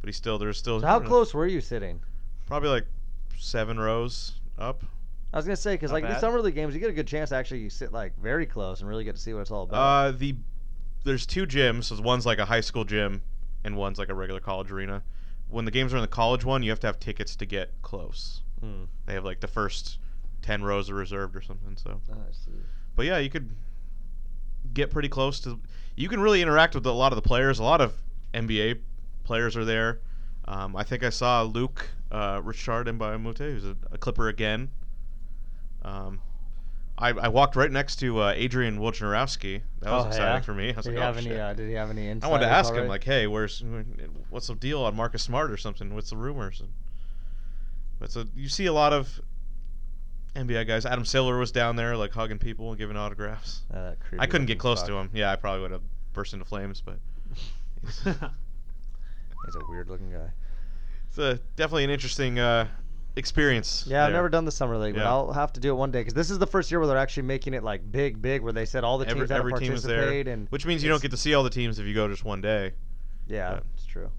[SPEAKER 5] but he still there's still
[SPEAKER 3] so how close were you sitting?
[SPEAKER 5] Probably like seven rows up.
[SPEAKER 3] I was gonna say because
[SPEAKER 2] Not
[SPEAKER 3] like the
[SPEAKER 2] bad.
[SPEAKER 3] summer league games, you get a good chance to actually you sit like very close and really get to see what it's all about.
[SPEAKER 5] Uh, the there's two gyms. So one's like a high school gym, and one's like a regular college arena. When the games are in the college one, you have to have tickets to get close.
[SPEAKER 3] Hmm.
[SPEAKER 5] They have like the first ten rows are reserved or something. So,
[SPEAKER 3] Oh, I see.
[SPEAKER 5] but yeah, you could get pretty close to. You can really interact with a lot of the players. A lot of NBA players are there. Um, I think I saw Luke uh, Richard Mbamute, who's a, a Clipper again. Um, I, I walked right next to uh, Adrian Wojnarowski. That was
[SPEAKER 3] Oh,
[SPEAKER 5] exciting
[SPEAKER 3] yeah?
[SPEAKER 5] for me. I was
[SPEAKER 3] Did he
[SPEAKER 5] like,
[SPEAKER 3] have
[SPEAKER 5] oh,
[SPEAKER 3] any?
[SPEAKER 5] shit.
[SPEAKER 3] Uh, did he have any insight?
[SPEAKER 5] I wanted to ask him, like, hey, where's, what's the deal on Marcus Smart or something? What's the rumors? And, but so you see a lot of NBA guys. Adam Silver was down there, like, hugging people and giving autographs.
[SPEAKER 3] Uh,
[SPEAKER 5] I couldn't get close to him. Yeah, I probably would have burst into flames, but
[SPEAKER 3] He's a weird looking guy.
[SPEAKER 5] it's a, definitely an interesting uh, experience.
[SPEAKER 3] Yeah, I've
[SPEAKER 5] there.
[SPEAKER 3] never done the summer league, but
[SPEAKER 5] Yeah.
[SPEAKER 3] I'll have to do it one day because this is the first year where they're actually making it like big, big, where they said all the teams
[SPEAKER 5] Every,
[SPEAKER 3] that
[SPEAKER 5] every team is there,
[SPEAKER 3] participate and
[SPEAKER 5] which means you don't get to see all the teams if you go just one day.
[SPEAKER 3] yeah,
[SPEAKER 5] but-
[SPEAKER 3] it's true.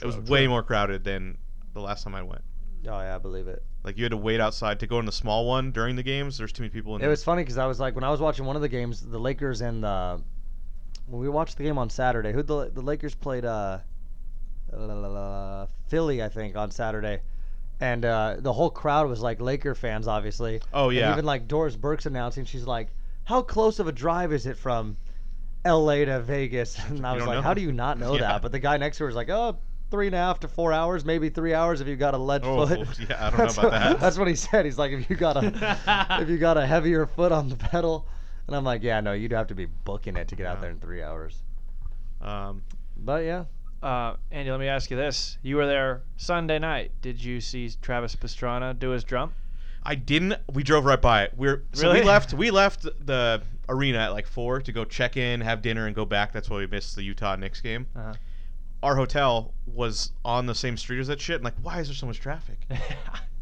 [SPEAKER 3] Oh,
[SPEAKER 5] it was way more crowded than the last time I went.
[SPEAKER 3] Oh yeah, I believe it.
[SPEAKER 5] Like you had to wait outside to go in the small one during the games. There's too many people in.
[SPEAKER 3] It was funny because I was like, when I was watching one of the games, the Lakers and the when we watched the game on Saturday, who the the Lakers played uh, la, la, la, la, Philly, I think, on Saturday, and uh, the whole crowd was like Laker fans, obviously.
[SPEAKER 5] Oh
[SPEAKER 3] And
[SPEAKER 5] yeah.
[SPEAKER 3] even like Doris Burke's announcing, she's like, "How close of a drive is it from L.A. to Vegas?" And
[SPEAKER 5] You
[SPEAKER 3] I was
[SPEAKER 5] don't
[SPEAKER 3] like,
[SPEAKER 5] know.
[SPEAKER 3] "How do you not know
[SPEAKER 5] Yeah.
[SPEAKER 3] that?" But the guy next to her was like, "Oh, three and a half to four hours, maybe three hours if you got a lead
[SPEAKER 5] Oh,
[SPEAKER 3] foot."
[SPEAKER 5] yeah, I don't know
[SPEAKER 3] That's
[SPEAKER 5] about
[SPEAKER 3] what-
[SPEAKER 5] that.
[SPEAKER 3] That's what he said. He's like, "If you got a if you got a heavier foot on the pedal," and I'm like, "Yeah, no, you'd have to be booking it to get out
[SPEAKER 5] Yeah.
[SPEAKER 3] there in three hours."
[SPEAKER 5] um,
[SPEAKER 3] But yeah,
[SPEAKER 2] Uh, Andy, let me ask you this: You were there Sunday night. Did you see Travis Pastrana do his drum?
[SPEAKER 5] I didn't. We drove right by it. We're so we
[SPEAKER 2] Really?
[SPEAKER 5] left. We left the arena at like four to go check in, have dinner, and go back. That's why we missed the Utah Knicks game.
[SPEAKER 2] Uh-huh.
[SPEAKER 5] our hotel was on the same street as that shit. And like, why is there so much traffic?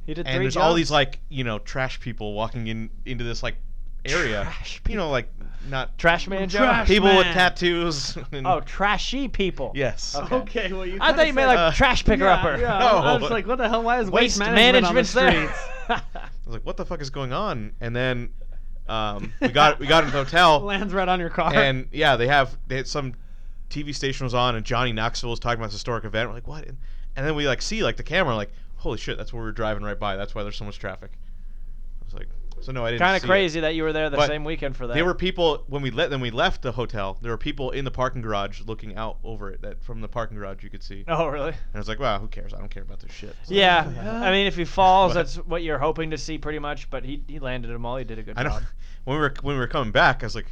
[SPEAKER 2] he did
[SPEAKER 5] and
[SPEAKER 2] three
[SPEAKER 5] there's all
[SPEAKER 2] jobs.
[SPEAKER 5] these like you know trash people walking in into this like area.
[SPEAKER 2] Trash
[SPEAKER 5] You know, like not
[SPEAKER 2] trash man Joe.
[SPEAKER 4] Trash.
[SPEAKER 5] people with
[SPEAKER 4] man.
[SPEAKER 5] tattoos. And,
[SPEAKER 2] Oh, trashy people.
[SPEAKER 5] yes.
[SPEAKER 2] Okay.
[SPEAKER 4] Okay, well you.
[SPEAKER 2] I thought you meant like
[SPEAKER 5] Uh, Oh,
[SPEAKER 2] trash picker upper.
[SPEAKER 4] Yeah,
[SPEAKER 5] No.
[SPEAKER 4] I was like, what the hell? Why is
[SPEAKER 2] Waste
[SPEAKER 4] waste, management
[SPEAKER 2] management's
[SPEAKER 4] on the
[SPEAKER 2] there.
[SPEAKER 4] streets?
[SPEAKER 5] I was like, what the fuck is going on? And then um, we got we got into the hotel,
[SPEAKER 4] Lands right on your car.
[SPEAKER 5] and yeah, they have they had some TV station was on, and Johnny Knoxville was talking about this historic event. We're like, what? And, and then we like see like the camera, like, holy shit, that's where we were driving right by. That's why there's so much traffic. I was like, so no, I didn't.
[SPEAKER 2] kind of
[SPEAKER 5] see it.
[SPEAKER 2] crazy that you were there the
[SPEAKER 5] But
[SPEAKER 2] same weekend for that.
[SPEAKER 5] There were people when we let when we left the hotel. There were people in the parking garage looking out over it that from the parking garage you could see. And
[SPEAKER 2] Oh, really?
[SPEAKER 5] I was like, wow, who cares? I don't care about this shit. So-
[SPEAKER 2] Yeah.
[SPEAKER 4] Yeah.
[SPEAKER 2] I mean, if he falls,
[SPEAKER 5] But-
[SPEAKER 2] that's what you're hoping to see pretty much. But he, he landed them all. He did a good
[SPEAKER 5] I know.
[SPEAKER 2] job.
[SPEAKER 5] When we were when we were coming back, I was like,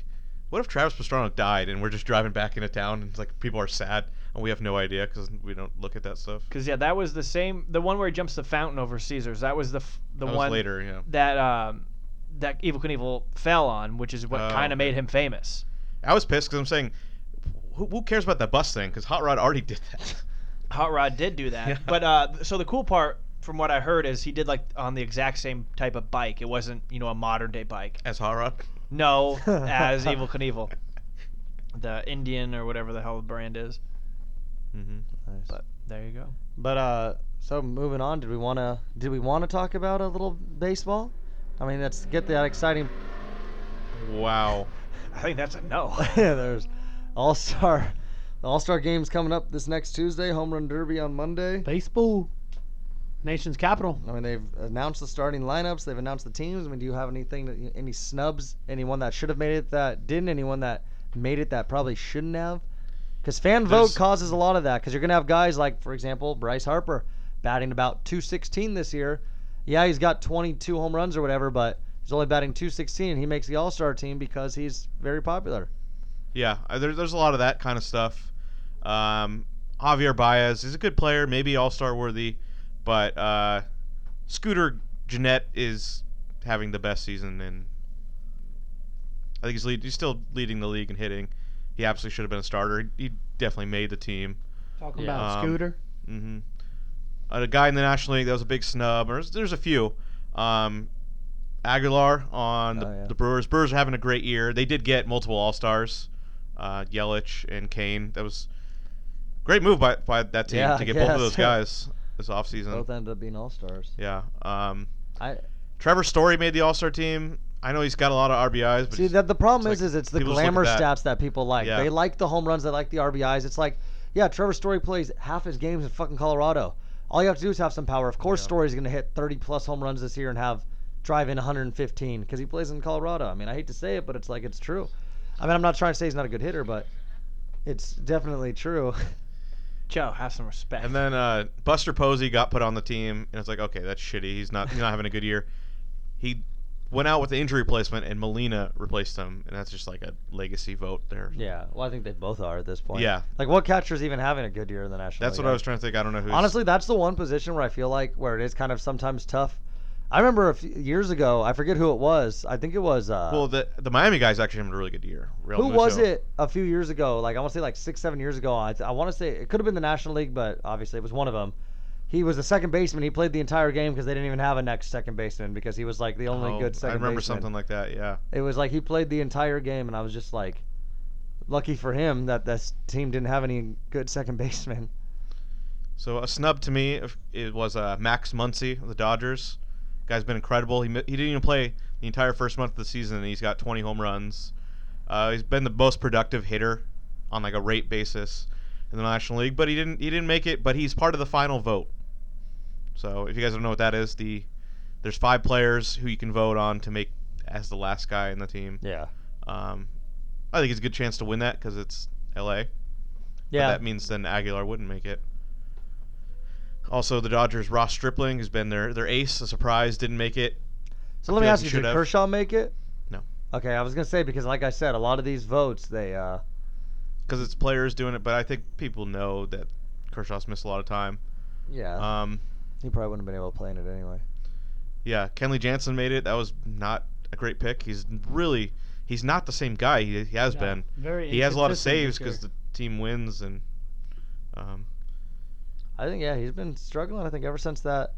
[SPEAKER 5] "What if Travis Pastrana died and we're just driving back into town and it's like people are sad and we have no idea because we don't look at that stuff."
[SPEAKER 2] Because yeah, that was the same. The one where he jumps the fountain over Caesar's. That was the f- the
[SPEAKER 5] That was
[SPEAKER 2] one
[SPEAKER 5] later, yeah.
[SPEAKER 2] that um that Evil Knievel fell on, which is what
[SPEAKER 5] Oh,
[SPEAKER 2] kind
[SPEAKER 5] okay.
[SPEAKER 2] of made him famous.
[SPEAKER 5] I was pissed because I'm saying, who, who cares about that bus thing? Because Hot Rod already did that.
[SPEAKER 2] Hot Rod did do that.
[SPEAKER 5] Yeah.
[SPEAKER 2] But uh, th- so the cool part from what I heard is he did like on the exact same type of bike. It wasn't you know a modern day bike.
[SPEAKER 5] As Hot Rod,
[SPEAKER 2] No, as Evil Knievel, the Indian or whatever the hell the brand is.
[SPEAKER 5] mm-hmm.
[SPEAKER 3] Nice.
[SPEAKER 2] But there you go.
[SPEAKER 3] But uh, so moving on, did we want to did we want to talk about a little baseball? I mean, let's get that exciting.
[SPEAKER 5] wow.
[SPEAKER 2] I think that's a no.
[SPEAKER 3] There's All Star, the All Star games coming up this next Tuesday. Home Run Derby on Monday.
[SPEAKER 4] Baseball, nation's capital.
[SPEAKER 3] I mean, they've announced the starting lineups. They've announced the teams. I mean, do you have anything that any snubs? Anyone that should have made it that didn't? Anyone that made it that probably shouldn't have? Because fan
[SPEAKER 5] There's-
[SPEAKER 3] vote causes a lot of that. Because you're gonna have guys like, for example, Bryce Harper, batting about 216 this year. Yeah, he's got 22 home runs or whatever, but he's only batting 216. and He makes the All Star team because he's very popular.
[SPEAKER 5] Yeah, uh, there, there's a lot of that kind of stuff. Um, Javier Baez is a good player, maybe All Star worthy, but uh, Scooter Jeanette is having the best season, and I think he's lead, he's still leading the league in hitting. He absolutely should have been a starter. He, he definitely made the team.
[SPEAKER 4] Talking
[SPEAKER 2] Yeah.
[SPEAKER 4] about
[SPEAKER 5] Um,
[SPEAKER 4] Scooter.
[SPEAKER 5] Mm-hmm. Uh, a guy in the National League that was a big snub. Or there's, there's a few. Um, Aguilar on the,
[SPEAKER 3] Oh, yeah.
[SPEAKER 5] the Brewers. Brewers are having a great year. They did get multiple All Stars, uh, Yelich and Kane. That was great move by by that team
[SPEAKER 3] Yeah,
[SPEAKER 5] to
[SPEAKER 3] I
[SPEAKER 5] get both of
[SPEAKER 3] guess.
[SPEAKER 5] those guys this offseason.
[SPEAKER 3] Both ended up being All Stars.
[SPEAKER 5] Yeah. Um,
[SPEAKER 3] I
[SPEAKER 5] Trevor Story made the All Star team. I know he's got a lot of RBIs, but
[SPEAKER 3] See
[SPEAKER 5] he's-
[SPEAKER 3] that the problem
[SPEAKER 5] it's
[SPEAKER 3] is,
[SPEAKER 5] like,
[SPEAKER 3] is it's the
[SPEAKER 5] people just look at
[SPEAKER 3] glamour
[SPEAKER 5] that.
[SPEAKER 3] stats that people like.
[SPEAKER 5] Yeah.
[SPEAKER 3] They like the home runs, they like the RBIs. It's like, yeah, Trevor Story plays half his games in fucking Colorado. All you have to do is have some power. Of course,
[SPEAKER 5] Yeah.
[SPEAKER 3] Story's going to hit 30 plus home runs this year and have drive in 115 because he plays in Colorado. I mean, I hate to say it, but it's like it's true. I mean, I'm not trying to say he's not a good hitter, but it's definitely true.
[SPEAKER 2] Joe, have some respect.
[SPEAKER 5] And then uh, Buster Posey got put on the team, and it's like, okay, that's shitty. He's not he's not having a good year. He went out with the injury replacement, and Molina replaced him, and that's just like a legacy vote there.
[SPEAKER 3] yeah, well, I think they both are at this point.
[SPEAKER 5] Yeah.
[SPEAKER 3] like what catcher's even having a good year in the National?
[SPEAKER 5] That's
[SPEAKER 3] League?
[SPEAKER 5] what I was trying to think. I don't know who's
[SPEAKER 3] Honestly, that's the one position where I feel like where it is kind of sometimes tough. I remember a few years ago, I forget who it was. I think it was uh,
[SPEAKER 5] Well, the the Miami guys actually having a really good year. Real
[SPEAKER 3] who was
[SPEAKER 5] Muto.
[SPEAKER 3] it a few years ago? Like I want to say like six, seven years ago. I, I want to say it could have been the National League, but obviously it was one of them. He was the second baseman. He played the entire game because they didn't even have a next second baseman because he was like the only
[SPEAKER 5] Oh,
[SPEAKER 3] good second.
[SPEAKER 5] I remember
[SPEAKER 3] baseman.
[SPEAKER 5] something like that. Yeah.
[SPEAKER 3] It was like he played the entire game, and I was just like, lucky for him that this team didn't have any good second baseman.
[SPEAKER 5] So a snub to me if- it was uh, Max Muncy of the Dodgers. Guy's been incredible. He mi- he didn't even play the entire first month of the season, and he's got 20 home runs. Uh, he's been the most productive hitter on like a rate basis in the National League, but he didn't he didn't make it. But he's part of the final vote. So if you guys don't know what that is, the there's five players who you can vote on to make as the last guy in the team.
[SPEAKER 3] Yeah.
[SPEAKER 5] Um, I think it's a good chance to win that because it's L.A. But
[SPEAKER 3] Yeah.
[SPEAKER 5] that means then Aguilar wouldn't make it. Also, the Dodgers' Ross Stripling has been their their ace. A surprise didn't make it.
[SPEAKER 3] So let me
[SPEAKER 5] Fields
[SPEAKER 3] ask you,
[SPEAKER 5] should
[SPEAKER 3] did
[SPEAKER 5] have.
[SPEAKER 3] Kershaw make it?
[SPEAKER 5] No.
[SPEAKER 3] Okay, I was gonna say because, like I said, a lot of these votes they uh,
[SPEAKER 5] because it's players doing it. But I think people know that Kershaw's missed a lot of time.
[SPEAKER 3] yeah,
[SPEAKER 5] Um,
[SPEAKER 3] he probably wouldn't have been able to play in it anyway.
[SPEAKER 5] yeah, Kenley Jansen made it. That was not a great pick. He's really he's not the same guy he, he has
[SPEAKER 4] No,
[SPEAKER 5] been.
[SPEAKER 4] Very
[SPEAKER 5] He has a lot of
[SPEAKER 4] inconsistent
[SPEAKER 5] saves
[SPEAKER 4] this year.
[SPEAKER 5] because the team wins and Um,
[SPEAKER 3] I think yeah, he's been struggling. I think ever since that.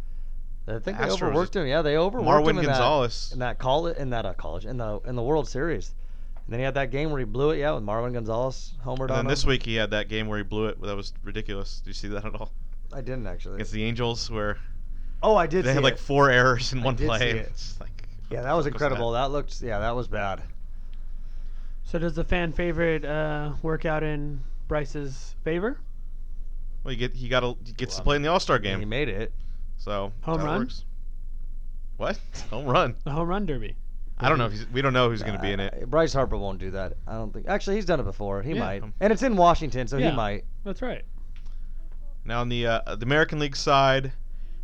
[SPEAKER 3] I think they
[SPEAKER 5] Astros-
[SPEAKER 3] overworked him. Yeah, they overworked him
[SPEAKER 5] Marwin
[SPEAKER 3] in that-
[SPEAKER 5] Gonzalez.
[SPEAKER 3] in that college in that uh, college in the in the World Series. And then he had that game where he blew it. Yeah, with Marwin Gonzalez homered
[SPEAKER 5] and
[SPEAKER 3] on
[SPEAKER 5] then
[SPEAKER 3] him.
[SPEAKER 5] this week he had that game where he blew it. That was ridiculous. Did you see that at all?
[SPEAKER 3] I didn't actually.
[SPEAKER 5] Against the Angels, where
[SPEAKER 3] oh, I did.
[SPEAKER 5] they
[SPEAKER 3] see
[SPEAKER 5] had like
[SPEAKER 3] it.
[SPEAKER 5] four errors in
[SPEAKER 3] I
[SPEAKER 5] one
[SPEAKER 3] did
[SPEAKER 5] play.
[SPEAKER 3] see it.
[SPEAKER 5] It's like,
[SPEAKER 3] yeah, that was
[SPEAKER 5] fuck
[SPEAKER 3] incredible. That looked yeah, that was bad.
[SPEAKER 4] So does the fan favorite uh, work out in Bryce's favor?
[SPEAKER 5] Well, he, get, he got a, he gets
[SPEAKER 3] Well,
[SPEAKER 5] to play in the All Star
[SPEAKER 3] And he
[SPEAKER 5] game.
[SPEAKER 3] made it.
[SPEAKER 5] So that's
[SPEAKER 4] Home
[SPEAKER 5] how it
[SPEAKER 4] run?
[SPEAKER 5] works. What home run?
[SPEAKER 4] The home run derby.
[SPEAKER 5] I don't know. if He's, we don't know who's going to be in it.
[SPEAKER 3] Uh, Bryce Harper won't do that. I don't think. Actually, he's done it before. He
[SPEAKER 5] Yeah,
[SPEAKER 3] might.
[SPEAKER 5] um,
[SPEAKER 3] And it's in Washington, so
[SPEAKER 4] Yeah.
[SPEAKER 3] he might.
[SPEAKER 4] That's right.
[SPEAKER 5] Now on the uh, the American League side,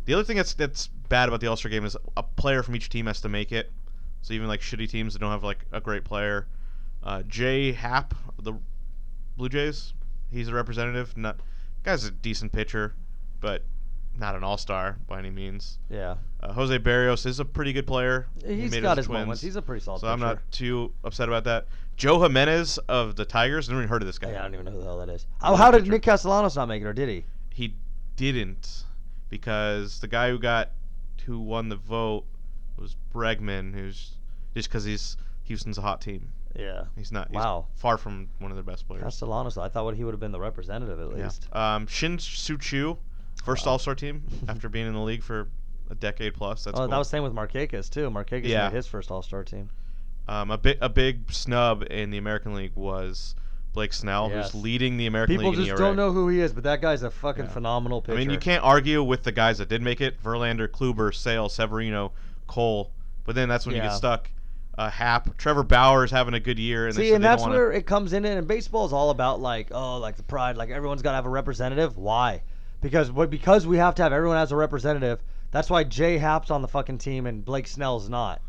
[SPEAKER 5] the other thing that's that's bad about the All Star game is a player from each team has to make it. So even like shitty teams that don't have like a great player, uh, Jay Happ, the Blue Jays, he's a representative. Not guy's a decent pitcher, but not an All Star by any means.
[SPEAKER 3] Yeah.
[SPEAKER 5] Uh, Jose Barrios is a pretty good player. He
[SPEAKER 3] He's
[SPEAKER 5] made it
[SPEAKER 3] got
[SPEAKER 5] as
[SPEAKER 3] his moments.
[SPEAKER 5] Twins.
[SPEAKER 3] He's a pretty solid
[SPEAKER 5] So I'm
[SPEAKER 3] pitcher.
[SPEAKER 5] not too upset about that. Joe Jimenez of the Tigers. Never even heard of this guy.
[SPEAKER 3] Yeah, I don't even know who the hell that is.
[SPEAKER 5] He's
[SPEAKER 3] Oh,
[SPEAKER 5] a
[SPEAKER 3] how did
[SPEAKER 5] pitcher.
[SPEAKER 3] Nick Castellanos not make it, or did he?
[SPEAKER 5] He didn't because the guy who got who won the vote was Bregman, who's just because he's Houston's a hot team.
[SPEAKER 3] Yeah.
[SPEAKER 5] He's not. He's
[SPEAKER 3] Wow.
[SPEAKER 5] Far from one of their best players.
[SPEAKER 3] Castellanos. I thought he would have been the representative at
[SPEAKER 5] Yeah.
[SPEAKER 3] least.
[SPEAKER 5] Um, Shin Soo Chu, first All Star team after being in the league for a decade plus. That's
[SPEAKER 3] oh, that
[SPEAKER 5] cool.
[SPEAKER 3] was the same with Marquez too. Marquez
[SPEAKER 5] Yeah.
[SPEAKER 3] made his first All Star team.
[SPEAKER 5] Um, a big a big snub in the American League was Blake Snell,
[SPEAKER 3] Yes.
[SPEAKER 5] who's leading the American
[SPEAKER 3] People
[SPEAKER 5] League in
[SPEAKER 3] just
[SPEAKER 5] ERA.
[SPEAKER 3] don't know who he is, but that guy's a fucking
[SPEAKER 5] Yeah.
[SPEAKER 3] phenomenal pitcher.
[SPEAKER 5] I mean, you can't argue with the guys that did make it: Verlander, Kluber, Sale, Severino, Cole. But then that's when you
[SPEAKER 3] Yeah.
[SPEAKER 5] get stuck. Uh, Hap, Trevor Bauer's having a good year, and they
[SPEAKER 3] See,
[SPEAKER 5] said
[SPEAKER 3] and
[SPEAKER 5] they don't
[SPEAKER 3] that's
[SPEAKER 5] wanna-
[SPEAKER 3] where it comes in. And baseball is all about like, oh, like the pride. Like everyone's got to have a representative. Why? Because but because we have to have everyone has a representative. That's why Jay Happ's on the fucking team and Blake Snell's not.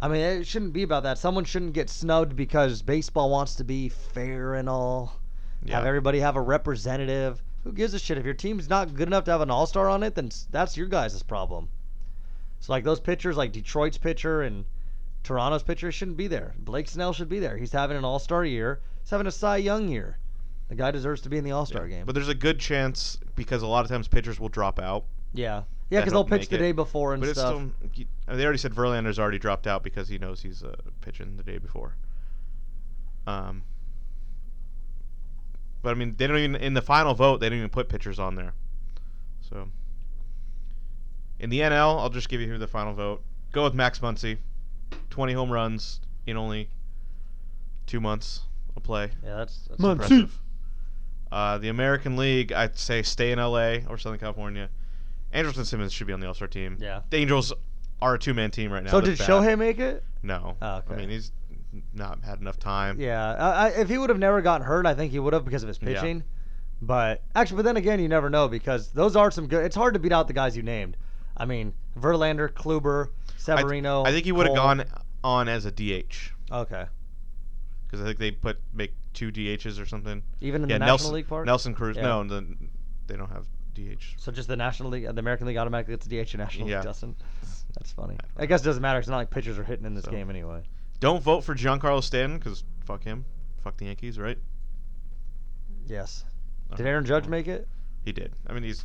[SPEAKER 3] I mean, it shouldn't be about that. Someone shouldn't get snubbed because baseball wants to be fair and all.
[SPEAKER 5] Yeah.
[SPEAKER 3] Have everybody have a representative. Who gives a shit if your team's not good enough to have an all star on it? Then s- that's your guys' problem. So like those pitchers, like Detroit's pitcher and Toronto's pitcher shouldn't be there. Blake Snell should be there. He's having an All Star year. He's having a Cy Young year. The guy deserves to be in the All Star game.
[SPEAKER 5] But there's a good chance because a lot of times pitchers will drop out.
[SPEAKER 3] yeah, yeah,
[SPEAKER 5] that
[SPEAKER 3] because they'll
[SPEAKER 5] helped
[SPEAKER 3] pitch
[SPEAKER 5] make
[SPEAKER 3] the
[SPEAKER 5] it.
[SPEAKER 3] day before and
[SPEAKER 5] But it's
[SPEAKER 3] stuff.
[SPEAKER 5] still, you- I mean, they already said Verlander's already dropped out because he knows he's uh, pitching the day before. Um, but I mean, they don't even in the final vote they didn't even put pitchers on there. So in the NL, I'll just give you who the final vote. Go with Max Muncy, 20 home runs in only two months of play.
[SPEAKER 3] yeah, that's, that's
[SPEAKER 4] Muncy.
[SPEAKER 3] impressive.
[SPEAKER 5] Impressive. Uh, the American League, I'd say stay in LA or Southern California. Andrelton Simmons should be on the All Star team.
[SPEAKER 3] Yeah.
[SPEAKER 5] The Angels are a two man team right now.
[SPEAKER 3] So
[SPEAKER 5] That's
[SPEAKER 3] did
[SPEAKER 5] bad.
[SPEAKER 3] Shohei make it?
[SPEAKER 5] No.
[SPEAKER 3] Oh, okay.
[SPEAKER 5] I mean, he's not had enough time.
[SPEAKER 3] Yeah, I, I, if he would have never gotten hurt, I think he would have because of his
[SPEAKER 5] Yeah.
[SPEAKER 3] pitching. But actually, but then again, you never know because those are some good. It's hard to beat out the guys you named. I mean, Verlander, Kluber,
[SPEAKER 5] I,
[SPEAKER 3] Severino.
[SPEAKER 5] I think he would have
[SPEAKER 3] Cole.
[SPEAKER 5] gone on as a DH
[SPEAKER 3] Okay,
[SPEAKER 5] because I think they put make two DHs or something.
[SPEAKER 3] even in
[SPEAKER 5] yeah,
[SPEAKER 3] the National
[SPEAKER 5] Nelson,
[SPEAKER 3] League part.
[SPEAKER 5] Nelson Cruz.
[SPEAKER 3] Yeah.
[SPEAKER 5] No, the, they don't have DH.
[SPEAKER 3] So just the National League, the American League automatically gets a DH, and National
[SPEAKER 5] Yeah.
[SPEAKER 3] League doesn't. That's funny.
[SPEAKER 5] I don't
[SPEAKER 3] I guess it doesn't matter. It's not like pitchers are hitting in this
[SPEAKER 5] So-
[SPEAKER 3] game anyway.
[SPEAKER 5] Don't vote for Giancarlo Stanton because fuck him. Fuck the Yankees, right?
[SPEAKER 3] Yes. Did
[SPEAKER 5] Okay.
[SPEAKER 3] Aaron Judge make it?
[SPEAKER 5] He did. I mean, he's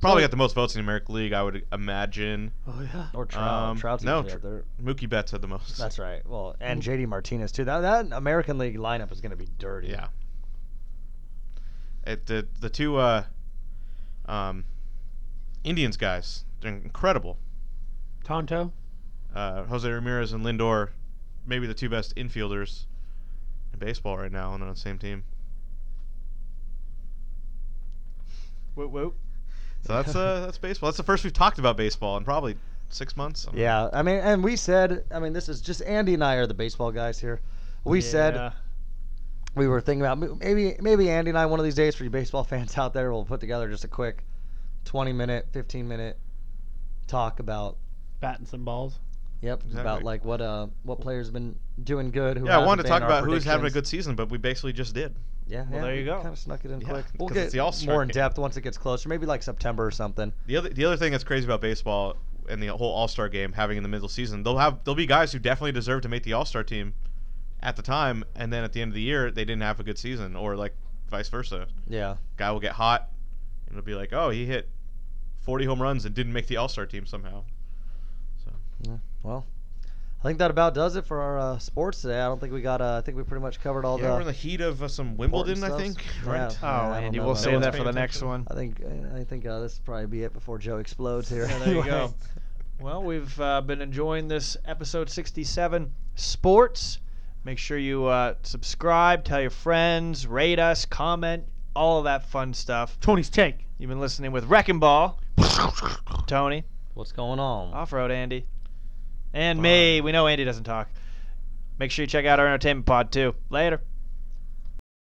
[SPEAKER 5] probably got the most votes in the American League, I would imagine.
[SPEAKER 4] Oh yeah.
[SPEAKER 3] Or Trout?
[SPEAKER 5] Um,
[SPEAKER 3] Trout's
[SPEAKER 5] no,
[SPEAKER 3] usually
[SPEAKER 5] Tr-
[SPEAKER 3] up there.
[SPEAKER 5] Mookie Betts had the most.
[SPEAKER 3] That's right. Well, and JD Martinez too. That that American League lineup is going to be dirty.
[SPEAKER 5] Yeah. It, the the two uh, um, Indians guys, they're incredible.
[SPEAKER 4] Tonto.
[SPEAKER 5] Uh, Jose Ramirez and Lindor, maybe the two best infielders in baseball right now, and on the same team.
[SPEAKER 2] Whoop whoop.
[SPEAKER 5] So that's uh, that's baseball. That's the first we've talked about baseball in probably six months. I don't know.
[SPEAKER 3] Yeah. I mean, and we said, I mean, this is just Andy and I are the baseball guys here. We said
[SPEAKER 2] Yeah.
[SPEAKER 3] we were thinking about maybe maybe Andy and I one of these days for you baseball fans out there we'll put together just a quick 20 minute, 15 minute talk about
[SPEAKER 4] Batting some balls.
[SPEAKER 3] Yep, about
[SPEAKER 5] Exactly.
[SPEAKER 3] like what uh what players been doing good. Who
[SPEAKER 5] Yeah, I
[SPEAKER 3] hasn't
[SPEAKER 5] wanted to
[SPEAKER 3] been,
[SPEAKER 5] talk
[SPEAKER 3] our
[SPEAKER 5] about who's having a
[SPEAKER 3] predictions.
[SPEAKER 5] good season, but we basically just did.
[SPEAKER 3] Yeah,
[SPEAKER 2] Well, there you go.
[SPEAKER 3] Kind of snuck it in
[SPEAKER 5] Yeah,
[SPEAKER 3] quick. We'll
[SPEAKER 5] 'cause
[SPEAKER 3] get
[SPEAKER 5] it's the All-Star
[SPEAKER 3] more in
[SPEAKER 5] game.
[SPEAKER 3] depth once it gets closer. Maybe like September or something.
[SPEAKER 5] The other the other thing that's crazy about baseball and the whole All Star game having in the middle of the season, they'll have they'll be guys who definitely deserve to make the All Star team at the time, and then at the end of the year they didn't have a good season, or like vice versa.
[SPEAKER 3] Yeah.
[SPEAKER 5] Guy will get hot, and it'll be like, oh, he hit 40 home runs and didn't make the All Star team somehow.
[SPEAKER 3] Well, I think that about does it for our uh, sports today. I don't think we got. Uh, I think we pretty much covered all
[SPEAKER 5] yeah, we're in
[SPEAKER 3] the.
[SPEAKER 5] the heat of uh, some Wimbledon, I
[SPEAKER 3] important
[SPEAKER 5] think.
[SPEAKER 3] stuff.
[SPEAKER 5] Right.
[SPEAKER 2] Oh,
[SPEAKER 3] Yeah, I don't
[SPEAKER 2] Andy,
[SPEAKER 3] know
[SPEAKER 2] we'll
[SPEAKER 3] about
[SPEAKER 2] save
[SPEAKER 5] that.
[SPEAKER 2] that for the
[SPEAKER 5] Paying
[SPEAKER 2] next one.
[SPEAKER 3] I think I think uh, this will probably be it before Joe explodes here.
[SPEAKER 2] Yeah, there you go.
[SPEAKER 3] Anyway.
[SPEAKER 2] Well, we've uh, been enjoying this episode 67 sports. Make sure you uh, subscribe, tell your friends, rate us, comment, all of that fun stuff.
[SPEAKER 4] Tony's take.
[SPEAKER 2] You've been listening with Wrecking Ball, Tony,
[SPEAKER 3] What's going on?
[SPEAKER 2] Off Road Andy, and me. We know Andy doesn't talk. Make sure you check out our entertainment pod too. Later.